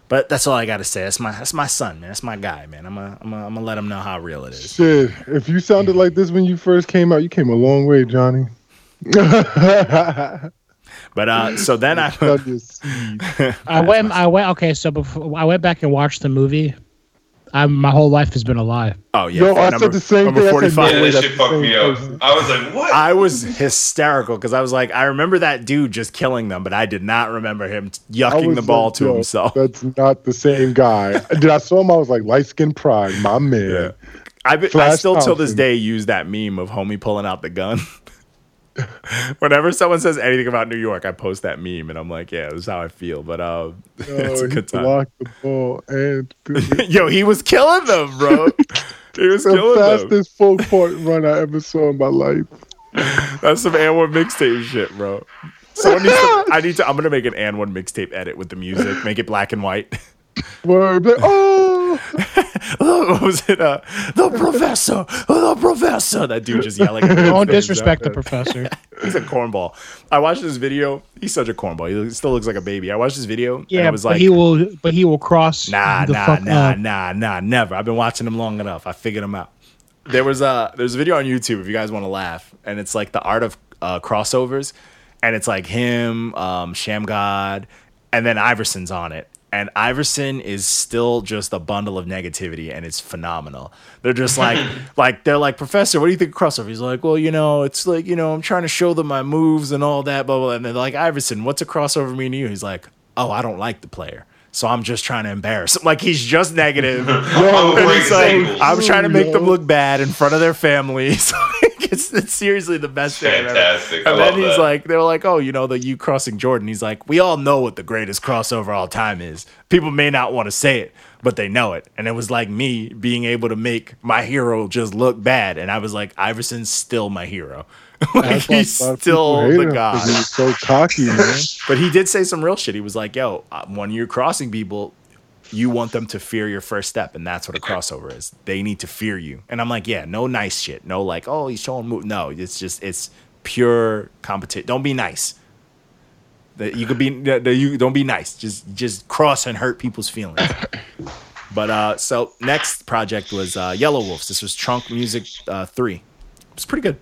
But that's all I gotta say. That's my that's my son, man. That's my guy, man. I'm gonna I'm gonna I'm gonna let him know how real it is. Shit. If you sounded like this when you first came out, you came a long way, Johnny. But uh, so then I Plant your seed. I went. I went. Okay, so before I went back and watched the movie, I my whole life has been a lie. Oh yeah, Yo, I number- said the same number thing. I said, no way, yeah, that 45. that's shit the fucked same me up. person. I was like, what? I was hysterical because I was like, I remember that dude just killing them, but I did not remember him t- I yucking was the ball like, to yo, himself. That's not the same guy. Did I saw him? I was like, light skin pride, my man. Yeah. I, be- I Flash still till this Thompson. day use that meme of homie pulling out the gun. Whenever someone says anything about New York, I post that meme and I'm like, yeah, this is how I feel. But uh, it's Yo, a good he time. blocked the ball and threw it. Yo, he was killing them, bro. he was the killing them. fastest full court run I ever saw in my life. That's some and one mixtape shit, bro. Someone needs to, I need to. I'm gonna make an and one mixtape edit with the music. Make it black and white. Word, like, oh, what was it? Uh, the professor, the professor. That dude just yelling. at Don't things, disrespect uh, the professor. He's a cornball. I watched this video. He's such a cornball. He looks- still looks like a baby. I watched this video. and Yeah, it was but like he will. But he will cross. Nah, the nah, fuck nah, up. nah, nah, never. I've been watching him long enough. I figured him out. There was a there's a video on YouTube if you guys want to laugh, and it's like the art of uh, crossovers, and it's like him, um, Sham God, and then Iverson's on it, and Iverson is still just a bundle of negativity, and it's phenomenal. They're just like like they're like Professor, what do you think of crossover? He's like, well, you know, it's like you know, I'm trying to show them my moves and all that, blah blah. blah. And they're like, Iverson, what's a crossover mean to you? He's like, oh, I don't like the player. So I'm just trying to embarrass him. Like he's just negative. I'm And afraid it's to like, say it. I'm trying to make them Oh, No. look bad in front of their families. Like, it's, it's seriously the best thing. I've ever- Fantastic. I And then love he's that. like, they were like, oh, you know, the you crossing Jordan. He's like, we all know what the greatest crossover all time is. People may not want to say it, but they know it. And it was like me being able to make my hero just look bad. And I was like, Iverson's still my hero. like, That's why he's a lot of people still hate the him 'cause god. He was so cocky, man. But he did say some real shit. He was like, "Yo, uh, when you're crossing people, you want them to fear your first step, and that's what a crossover is. They need to fear you. And I'm like, yeah, no nice shit. No like, oh, he's showing move. No, it's just it's pure competition. Don't be nice. That you could be that that you don't be nice. Just just cross and hurt people's feelings. But uh, so next project was uh, Yellow Wolves. This was Trunk Music uh, Three. It's pretty good.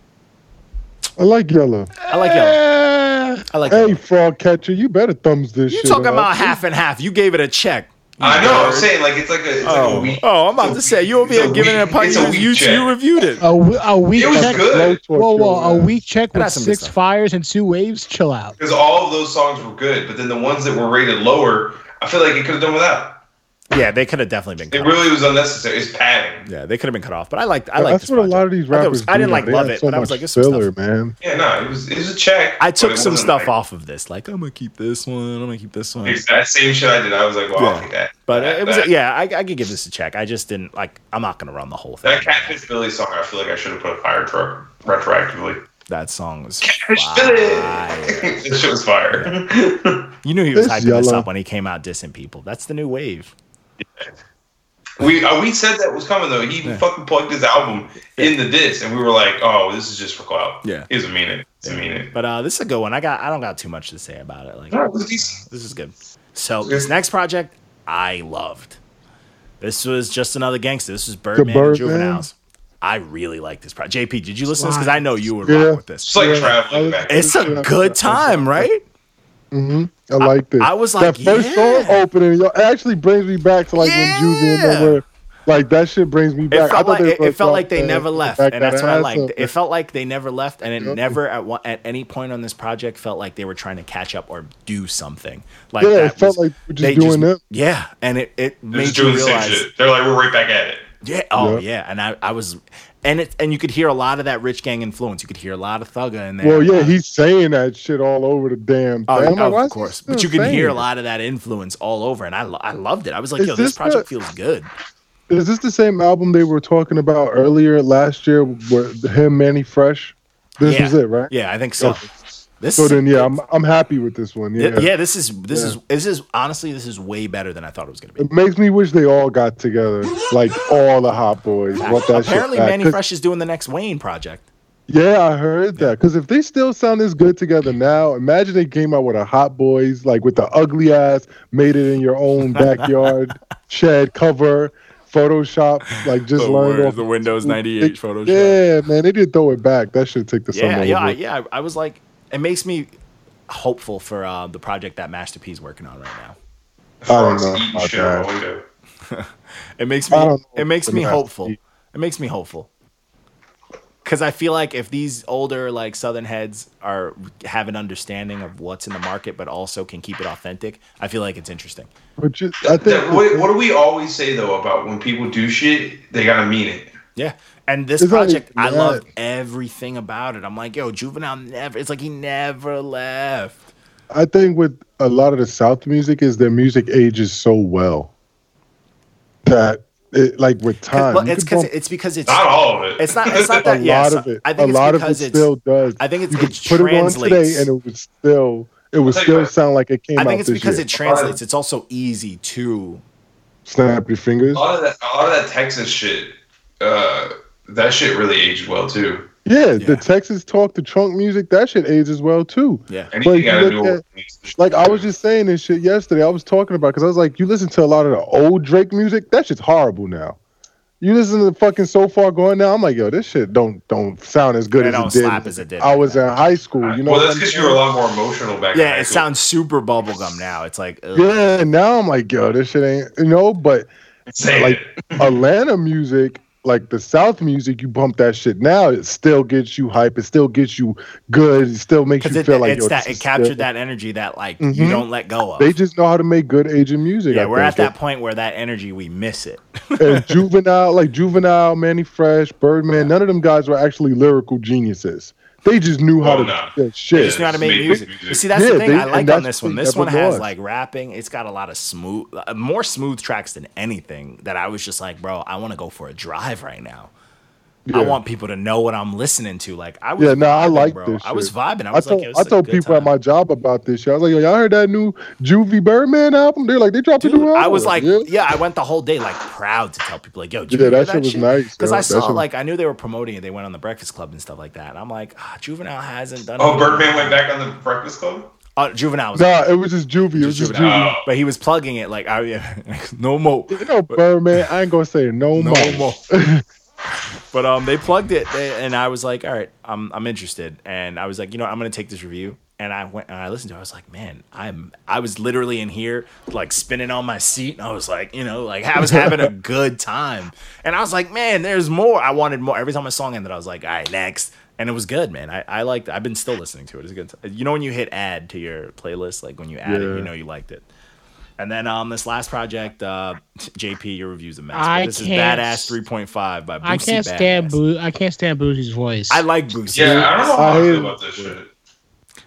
I like yellow. I like Yellow. I like. Hey, Yellow. fraud catcher, you better thumbs this You shit. talking up. about half and half? You gave it a check. I know. I'm saying like it's like a, it's like a Oh, week. oh, I'm about to say you over it's here a giving it weak- a punch. it's a weak You, check. you reviewed it. A, w- a weak It was check. good. Slow torture, Whoa, whoa! A man. week check That's with some good six stuff. fires and two waves. Chill out. because all of those songs were good, but then the ones that were rated lower, I feel like it could have done without. Yeah, they could have definitely been. It Cut off. really was unnecessary. It's padding. Yeah, they could have been cut off. But I liked. I liked. That's this what a project. lot of these I thought it rappers was- I didn't do like now. They love add it, so but I was much like, it's some stuff. filler, man. Yeah, no, it was it was a check. I but took it some wasn't, stuff like, off of this. Like, I'm gonna keep this one. I'm gonna keep this one. It's that same shit I did. I was like, well, I'll Yeah. take that. But that, it was. that, Yeah, I, I could give this a check. I just didn't like. I'm not gonna run the whole thing. That Catfish Billy song, I feel like I should have put a fire truck retroactively. That song was. Catfish fire. Billy! this shit was fire. You knew he was This hyping this yellow. up when he came out dissing people. That's the new wave. we uh, we said that was coming though. He fucking plugged his album in the disc, and we were like, oh, this is just for clout. Yeah. he doesn't mean it. He doesn't mean it. But uh, this is a good one. I got. I don't got too much to say about it. Like, No, it was decent. this is good. So this Yeah. next project, I loved. This was just another gangster. This was Birdman, and Birdman. Juveniles. I really like this project. JP, did you listen to this? Because Why? I know you would Yeah. rock with It's this. like Yeah. traveling back. It's a good time, right? I like this. I was that like, first yeah. song Oh, opening. Yo, it actually brings me back to like Yeah. when Juvie and them were like that. Shit brings me back. It felt I thought like they it, were it felt fucked like they up, never back left, that and that's what I ass liked. up. It felt like they never left, and it never at one, at any point on this project felt like they were trying to catch up or do something. Like Yeah, it that felt was- like they were just doing it. Yeah, and it it They're just made you doing the same realize shit. They're like, we're right back at it. Yeah. Oh, yeah. Yeah. And I, I was, and it, and you could hear a lot of that rich gang influence. You could hear a lot of Thugger in there. Well, yeah, he's saying that shit all over the damn. Oh, thing. I'm like, why of is he course. still But you can saying hear it? a lot of that influence all over, and I, lo- I loved it. I was like, Is yo, this this project the- feels good. Is this the same album they were talking about earlier last year? Where him, Manny Fresh. This yeah. is it, right? Yeah, I think so. Okay. This So is- then, yeah, I'm I'm happy with this one. thi- Yeah. yeah. This is this is this is honestly this is way better than I thought it was gonna be. It makes me wish they all got together, like all the hot boys. What that Apparently, shit back. Manny 'Cause- Fresh is doing the next Wayne project. Yeah, I heard that. Because if they still sound this good together now, imagine they came out with a Hot Boys, like with the ugly ass, made it in your own backyard, shed cover, Photoshop, like just learned off. Windows They- Yeah, man, they did throw it back. That should take the Yeah, summer. yeah, I- over. yeah. I was like, it makes me hopeful for uh, the project that Master P is working on right now. I don't Frogs know eating about shit out of that. a window. It makes me. I don't know It makes if me I'm gonna have to hopeful. eat. It makes me hopeful. Cause I feel like if these older like Southern heads are have an understanding of what's in the market, but also can keep it authentic, I feel like it's interesting. But ju- I That- think what, what do we always say though about when people do shit? They gotta mean it. Yeah, and this It's not project, even I that. love everything about it. I'm like, yo, Juvenile never. It's like he never left. I think with a lot of the South music is their music ages so well that it like with 'Cause- time. well, you it's could bump because it's because it's Not all of it. it's not it's not a that yeah. lot so of it. I think a it's lot of it because it's still does. I think it's- you it could put it on translates. today, and it would still it would I'll tell you still what. sound like it came I out think it's this because year. it translates. It's also easy to Snap your fingers. a lot of that. A lot of that Texas shit. Uh, that shit really aged well too. Yeah, Yeah. the Texas talk, the trunk music, that shit ages well too. yeah. Anything you out of look New Orleans. Like I was just saying this shit yesterday. I was talking about because I was like, you listen to a lot of the old Drake music. That shit's horrible now. You listen to the fucking so far going now. I'm like, yo, this shit don't don't sound as good They as don't it did. slap as it did I back was in then. high school. You know, well, what that's I'm because you saying? were a lot more emotional back. in Yeah, high it school. sounds super bubblegum now. It's like ugh. Yeah, now I'm like, yo, this shit ain't you know. But Say like it. Atlanta music, like the South music, you bump that shit now, it still gets you hype. It still gets you good. It still makes because you it, feel like it's yo, that this it is captured good. that energy that like you Mhm. don't let go of. They just know how to make good Asian music. yeah, I we're think, at that point where that energy we miss it. and juvenile, like juvenile, Manny Fresh, Birdman. None of them guys were actually lyrical geniuses. They just knew how Oh, to no. do that shit. They just know how to it's make made music. music. You see, that's the Yeah, thing they- I and like on that's this the one. thing This one Apple has does. like rapping. It's got a lot of smooth, uh, more smooth tracks than anything that I was just like, bro, I want to go for a drive right now. I Yeah. want people to know what I'm listening to. Like I was Yeah, no, I vibing, like bro. this. I was shit. vibing. I I was told, like, it was I a told good people time. at my job about this. Shit. I was like, yo, y'all heard that new Juvie Birdman album? They're like, they dropped a Dude, new album. I was like, yeah. yeah. I went the whole day like proud to tell people like, yo, did you Yeah, hear that shit was nice, Because yo. I That saw shit was- like I knew they were promoting it. They went on the Breakfast Club and stuff like that. And I'm like, ah, Juvenile hasn't done. Oh, it. Birdman went back on the Breakfast Club. Uh, Juvenile was, Nah, it was just Juvie. It was just Juvie. Oh, but he was plugging it like, I, no more. You know, Birdman, I ain't gonna say no, No more. more. But um, they plugged it, they- and I was like, "All right, I'm I'm interested." And I was like, "You know, what, I'm gonna take this review." And I went and I listened to. it. I was like, "Man, I'm I was literally in here like spinning on my seat." And I was like, you know, like I was having a good time. And I was like, "Man, there's more. I wanted more." Every time a song ended, I was like, "All right, next." And it was good, man. I, I liked. I've been still listening to it. It's a good. T- you know when you hit add to your playlist, like when you add it, Yeah. you know you liked it. And then um, this last project, uh, JP, your review's a mess. I but this can't is s- badass 3.5 by Boosie I can't Badass. stand Boo. I can't stand Boosie's voice. I like Boosie, yeah, I don't know how I, I- feel about this shit.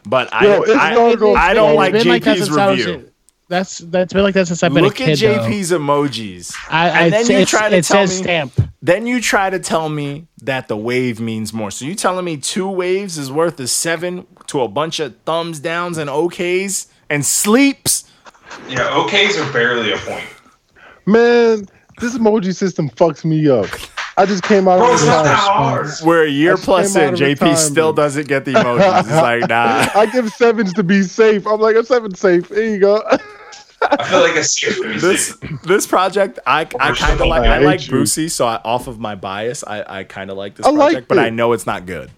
but I, Yo, it's I, not gonna- I don't It's like been like that JP's since I was review. a- That's that's been like that since I've been Look a at kid. though. JP's emojis. I, I, and then you it's- try to it tell me says stamp. Then you try to tell me that the wave means more. So you telling me two waves is worth a seven to a bunch of thumbs downs and okays and sleeps? Yeah, OKs are barely a point. Man, this emoji system fucks me up. I just came out Bro, of it's the not that house. hard. We're a year That's plus came out in, of the JP time, still dude. doesn't get the emojis. It's like nah. I give sevens to be safe. I'm like, a seven safe. There you go. I feel like a serious. this This, this project I I kind of like I I hate like you. Boosie so I, off of my bias I I kind of like this I liked project but I it. know it's not good.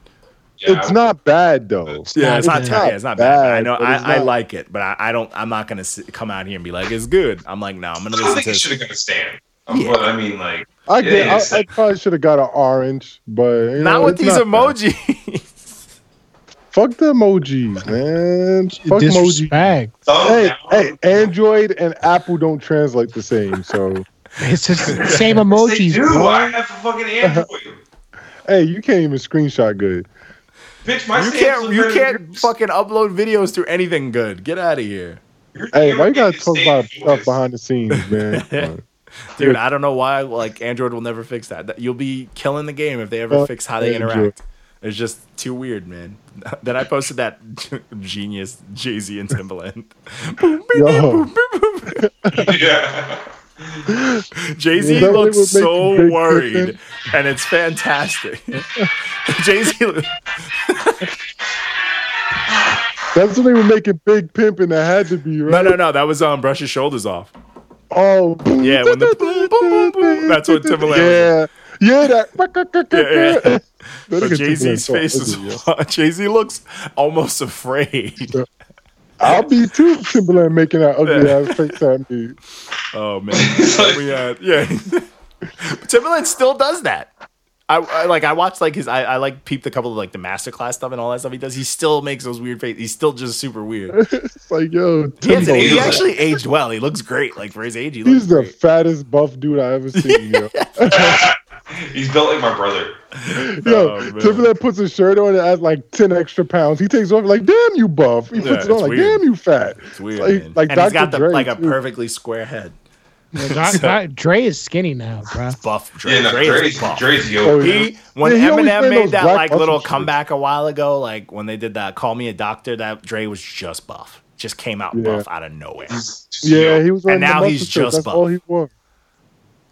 yeah, It's not bad though. Yeah, it's not not bad. ta- yeah, it's not bad. Bad, I know but it's I, I not- like it but I, I don't I'm not going to come out here and be like it's good. I'm like no, I'm going I to don't listen think to it should this. have got a stand. Yeah. But I mean, like, I it get. is. I, I probably should have got an orange, but you Not know, with it's these not bad. emojis. Fuck the emojis, man. Fuck emojis. Disrespect. thumbs Hey, down. hey, Android and Apple don't translate the same. So, It's just the same Yes, they emojis. do. bro. I have a fucking Android. hey, you can't even screenshot good. Bitch, my you Samsung can't you better than can't yours. fucking upload videos to anything good. Get out of here. Your Hey, why you camera gotta can't talk stay about focused. stuff behind the scenes, man? Dude, I don't know why like Android will never fix that. That- You'll be killing the game if they ever Fuck fix how they Android. interact. It's just too weird, man. then I posted that genius Jay Z and Timbaland. Yo, Yeah. Jay Z Yeah, that would make looks you so big worried, and it's fantastic. Jay Z, that's when they were making Big Pimp, and that had to be no, right. no, no, that was um, brush his shoulders off. Oh, Yeah, when the boom, boom, boom, boom, that's what Timbaland Yeah, yeah, that. Yeah, yeah. That So nigga Jay Timbaland Z's talk face ugly, yo. is Jay Z looks almost afraid. I'll be too if Timberland making that ugly Yeah. ass face at me. Oh man, we, uh, yeah. Timberland still does that. I, I like I watched like his I, I like peeped a couple of like the masterclass stuff and all that stuff he does. He still makes those weird faces. He's still just super weird. It's like, yo, He, has, Timbo, he Timberland. actually aged well. He looks great. Like for his age, he looks he's the great. fattest buff dude I ever seen. Yo, He's built like my brother. yo Oh, man. Timberland puts a shirt on and adds like ten extra pounds. He takes off like, damn you buff. He puts Yeah, it on it's like, weird. damn you fat. It's weird. Like- man. like and Dr. he's got the, Dre, like a too. perfectly square head. Doc- Doc- Dre is skinny now, bro. Buff Dre. Yeah, no, Dre is Dre's, buff. Dre's Oh, yo. yeah. He when Yeah, he always Eminem played made those that black like muscle little shit. comeback a while ago, like when they did that "Call Me a Doctor," that Dre was just buff, just came out Yeah. buff out of nowhere, He's just Yeah, yo. he was on And the now muscle he's shirt. just That's buff. all he was.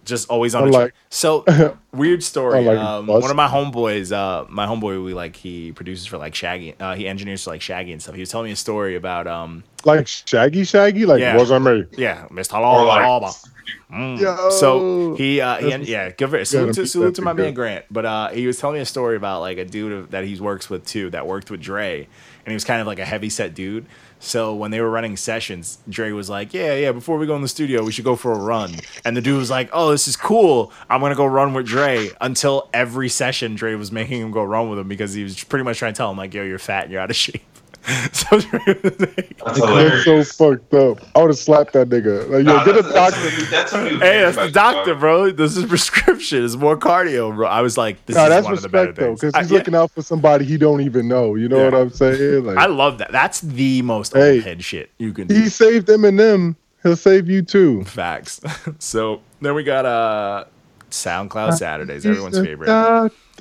just always on. A Unlike- like, so weird story. Unlike um, us. one of my homeboys, uh, my homeboy, we like he produces for like Shaggy, uh, he engineers for like Shaggy and stuff. He was telling me a story about um, Like Shaggy Shaggy, like Yeah. wasn't me. yeah, Mr. Or, like, Lawba. Mm. Yo. So he, uh, he That's- yeah, give her salute, beat to, that salute to my thing man up. Grant. But uh, he was telling me a story about like a dude of, that he works with too that worked with Dre, and he was kind of like a heavy set dude. So when they were running sessions, Dre was like, "Yeah, yeah, before we go in the studio, we should go for a run." And the dude was like, "Oh, this is cool. I'm gonna go run with Dre." Until every session, Dre was making him go run with him because he was pretty much trying to tell him like, "Yo, you're fat and you're out of shape." so Dre was like, That's That's hilarious. so fucked up. I would have slapped that nigga. Like, yo, Nah, get a that's- that's doctor. something- that's something you Hey, think that's the about, doctor, dog. bro. This is prescription. It's more cardio, bro. I was like, this No, is that's one of the better respect though, things. because I, he's yeah, looking out for somebody he don't even know. You know Yeah. what I'm saying? Like, I love that. That's the most Hey. old head shit you can do. he saved Eminem. He'll save you too. Facts. so then we got uh SoundCloud Saturdays, everyone's favorite.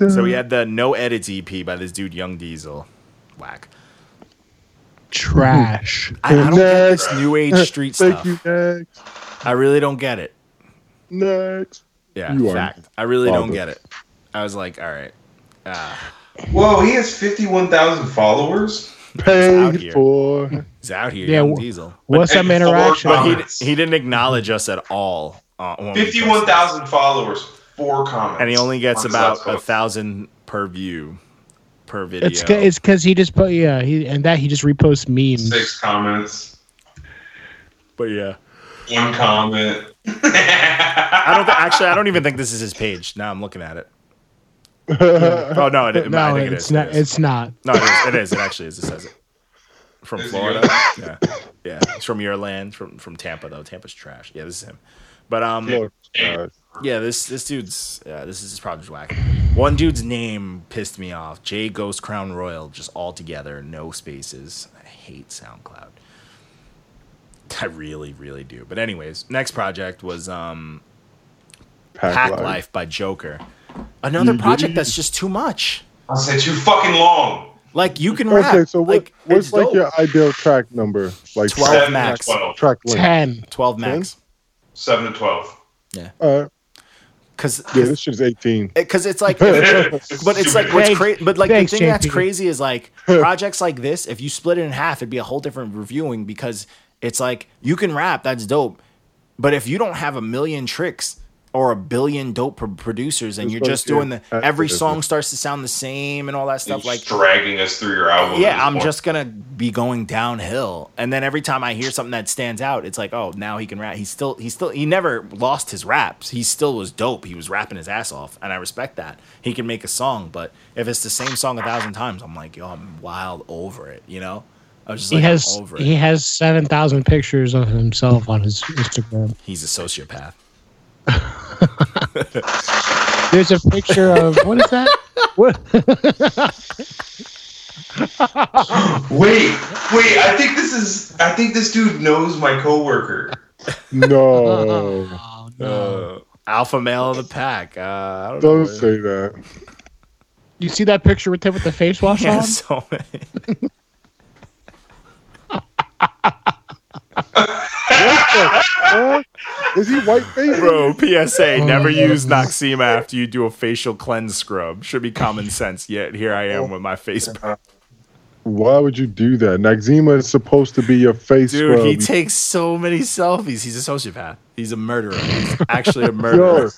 So we had the No Edits EP by this dude Young Diesel. Whack. Trash. I, I don't get this Next. new age street Thank stuff. you. Next. I really don't get it. Next. Yeah, You are fact. I really don't bothered. get it. I was like, all right. Whoa, he has fifty-one thousand followers. out Paid here. for. He's out here, Yeah, Young wh- Diesel. What's some Hey, four interaction? He, comments. he didn't acknowledge us at all. Uh, when we posted. Fifty-one thousand followers, four comments, and he only gets What does about that a tell us? thousand per view per video. It's ca- it's because he just put yeah he and that he just reposts memes. six comments, but yeah, one comment. I don't th- actually. I don't even think this is his page. Now I'm looking at it. Oh no, it, No, I think it it's is. not. it is. It's not. no, it is. It is. It actually is. It says it from Is it Florida. good? Yeah, yeah. It's from your land. From from Tampa though. Tampa's trash. Yeah, this is him. But um, Lord, God. Yeah, this this dude's yeah, this is probably just whack. One dude's name pissed me off. J Ghost Crown Royal, just all together, no spaces. I hate SoundCloud. I really, really do. But anyways, next project was um Pack, Pack life. Mm-hmm. Life by Joker. Another project that's just too much. I said too fucking long. Like you can rap. Okay, so what, like, what's it's like dope. your ideal track number? Like 12 Seven max. to twelve. track length. Ten. twelve max? Seven to twelve. Uh, Because yeah, this shit's 18. because it's like but it's like what's Thanks- crazy. But like thanks, the thing that's JP. crazy is like projects like this. If you split it in half, it'd be a whole different reviewing because it's like you can rap, that's dope. But if you don't have a million tricks or a billion dope pro- producers, and It's you're like, just doing yeah, the that's every what it song is. starts to sound the same and all that stuff, It's like. dragging us through your album. at Yeah, this I'm point. just gonna be going downhill, and then every time I hear something that stands out, it's like, oh, now he can rap. He still, he still, he never lost his raps. He still was dope. He was rapping his ass off, and I respect that. He can make a song, but if it's the same song a thousand times, I'm like, yo, I'm wild over it. You know, I was just He like, has I'm over it. he has seven thousand pictures of himself on his Instagram. He's a sociopath. There's a picture of what is that? What? Wait, wait. I think this is. I think this dude knows my coworker. No. Oh, Uh, alpha male of the pack. Uh, I don't know. Don't say that. You see that picture with him with the face wash Yeah, on? so many. Huh? Is he white faced? Bro, Oh, PSA, never use Noxema after you do a facial cleanse scrub. Should be common sense, yet here I am with my face. burn. Why would you do that? Noxzema is supposed to be your face Dude, scrub. he takes so many selfies. He's a sociopath. He's a murderer. He's actually a Yo, murderer.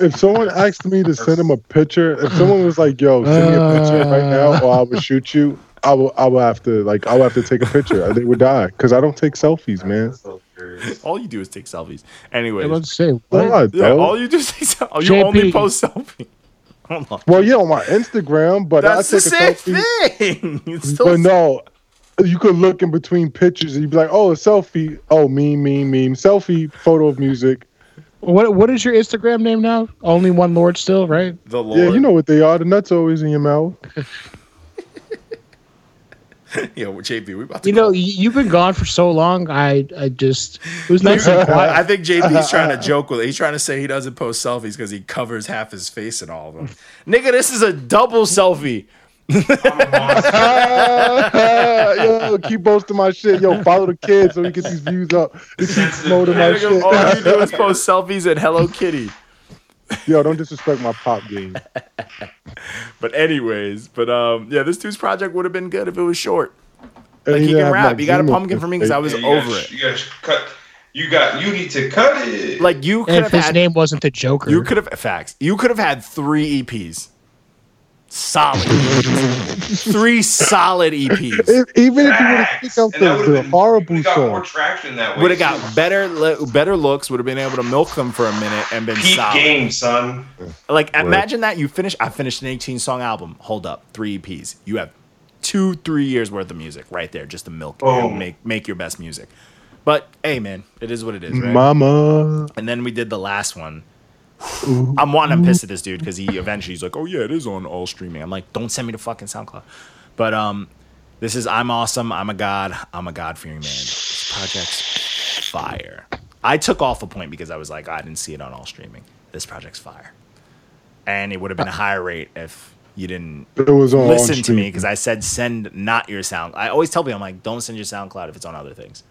if someone asked me to send him a picture, if someone was like, "Yo, send me a picture right now, or I will shoot you," I will. I will have to like. I will have to take a picture. They would die because I don't take selfies, man. That's hilarious. All you do is take selfies. Hey, Anyways, Let's see. Why, What? yeah, though? all you do is take selfies. You JP. only post selfies. Hold on. Well, yeah, on my Instagram, but That's I the take same a selfie. thing. It's still But no, you could look in between pictures and you'd be like, "Oh, a selfie. Oh, meme, meme, meme. Selfie, photo of music. what? What is your Instagram name now? Only one Lord still, right? the Lord. Yeah, you know what they are. The nuts always in your mouth. Yo, JP, we about to You know, y- you've been gone for so long. I, I just it was nice and quiet. I think JP's trying to joke with it. He's trying to say he doesn't post selfies because he covers half his face in all of them. Nigga, this is a double selfie. I'm a monster. Yo, keep posting my shit. Yo, follow the kid so he gets these views up. He keeps promoting my Nigga, all you shit. do is post selfies at Hello Kitty. Yo, don't disrespect my pop game. But anyways, but um, yeah, this dude's project would have been good if it was short. And Like didn't he can have rap. You got a Noxzema pumpkin for me because I was Yeah, you over gotta- it. You gotta cut. You got. You need to cut it. Like you could And have if his had name wasn't the Joker, you could have facts. You could have had three EPs. Solid. three solid E EPs. If- even if you would have Facts. picked out And the, that would've the been- horrible would've got more song, traction that way. would have got better le- better looks would have been able to milk them for a minute and been peak solid. game, son. like imagine that you finish i finished an 18 song album hold up three eps you have two three years worth of music right there just to milk it and Boom. make make your best music but hey man it is what it is right Mama. and then we did the last one i'm wanting to piss at this dude because he eventually he's like oh yeah it is on all streaming i'm like don't send me to fucking soundcloud but um this is i'm awesome i'm a god i'm a god fearing man this project's fire i took off a point because i was like i didn't see it on all streaming this project's fire and it would have been a higher rate if you didn't It was on listen to stream. me because I said send not your sound. I always tell people I'm like don't send your SoundCloud if it's on other things.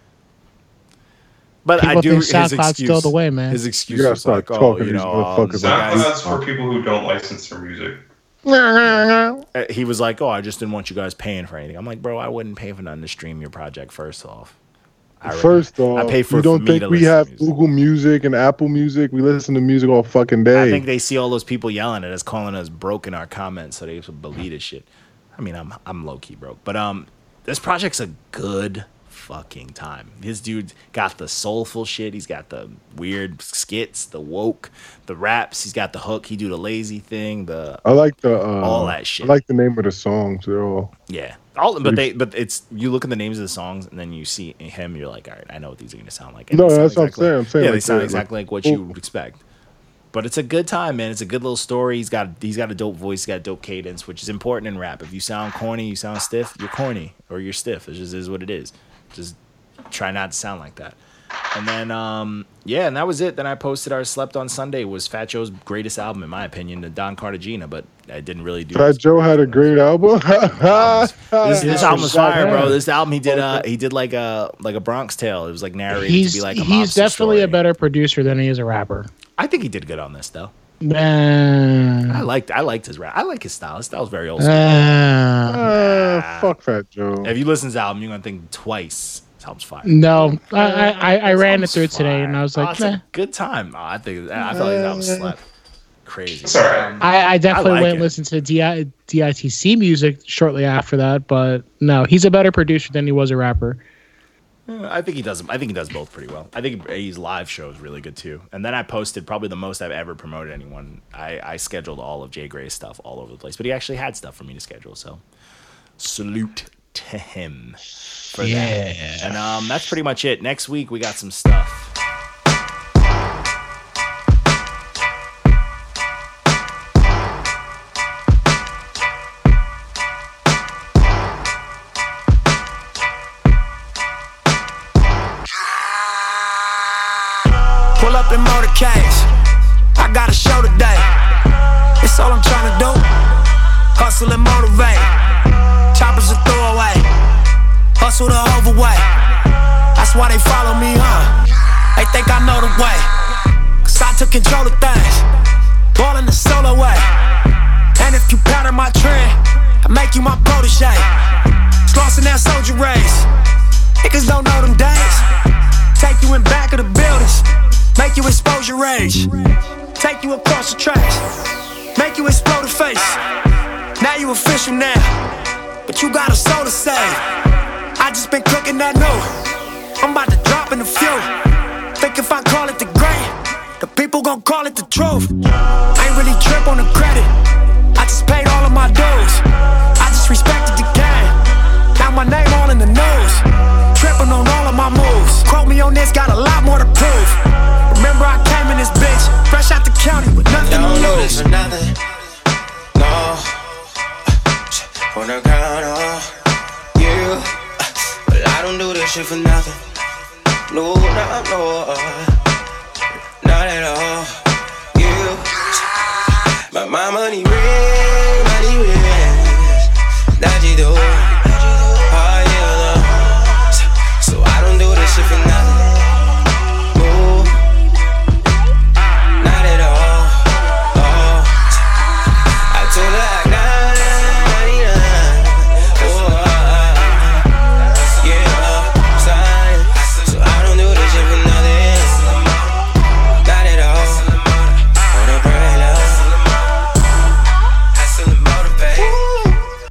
But I People do think his SoundCloud's excuse. still the way, man. His excuse You gotta was like, start oh, talking you to these know, um, motherfuckers like guys- SoundCloud's for people who don't license their music. uh, he was like, oh, I just didn't want you guys paying for anything. I'm like, bro, I wouldn't pay for nothing to stream your project. First off, I already- First off, I pay for you don't me to think we listen to have music. Google Music and Apple Music? We listen to music all fucking day. I think they see all those people yelling at us, calling us broke in our comments, so they should believe this shit. I mean, I'm I'm low key broke, but um, this project's a good fucking time. His dude got the soulful shit. He's got the weird skits, the woke, the raps. He's got the hook. He do the lazy thing. The I like the uh, All that shit. I like the name of the songs. They're all yeah, all but they but it's you look at the names of the songs and then you see him. You're like, all right, I know what these are gonna sound like. And No, they sound that's what I'm saying. I'm saying yeah, they like sound that, exactly like, like- oh. what you would expect. But it's a good time, man. It's a good little story. He's got he's got a dope voice. He's got a dope cadence, which is important in rap. If you sound corny, you sound stiff. You're corny or you're stiff. It just is what it is. Just try not to sound like that. And then um, yeah, and that was it. Then I posted our slept on Sunday was Fat Joe's greatest album in my opinion, the Don Cartagena. But I didn't really do Fat Joe had a great album. this, this album was Shut fire, up. bro. This album he did, uh, he did like a like a Bronx Tale. It was like narrated He's to be like a he's mobster definitely story. a better producer than he is a rapper. I think he did good on this though. I Man. liked I liked his rap. I like his style. His style's very old. school. Uh, Ah, fuck Fat Joe. if you listen to the album, you're gonna think twice. This album's fire. no, I I, I, I This ran it album's through today, fire. and I was oh, like, Uh, it's a "Meh." good time. Oh, I think I felt like that album slept. Crazy. It's all right. I, I definitely like went it. and listened to DI, DITC music shortly after that, but no, he's a better producer than he was a rapper. I think he does. I think he does both pretty well. I think his live show is really good too. And then I posted probably the most I've ever promoted anyone. I, I scheduled all of Jay Gray's stuff all over the place, but he actually had stuff for me to schedule. So salute to him for that. And um, that's pretty much it. Next week we got some stuff. Pull up in motorcades. I got a show today. It's all I'm tryna do. Hustle and motivate. Choppers a throwaway. Hustle the overweight. That's why they follow me, huh? They think I know the way. Cause I took control of things. Ballin' the solo way. And if you pattern my trend, I make you my protege. Slossing that soldier race. Niggas don't know them days. Take you in back of the buildings. Make you expose your rage. Take you across the tracks. Make you explode the face. Now you official now. But you got a soul to save. I just been cooking that new. I'm about to drop in a few. Think if I call it the great, the people gon' call it the truth. I ain't really trip on the credit. I just paid all of my dues. I just respected the game. Now my name all in the news. Tripping on all of my moves. Quote me on this, got a lot more to prove. Remember I came in this bitch, fresh out the county with nothing Don't to do lose. this for nothing. No. On the ground, oh, you. But I don't do this shit for nothing. No, no, no. uh, Not at all. You. But my money real. Oh, uh. Oh, uh,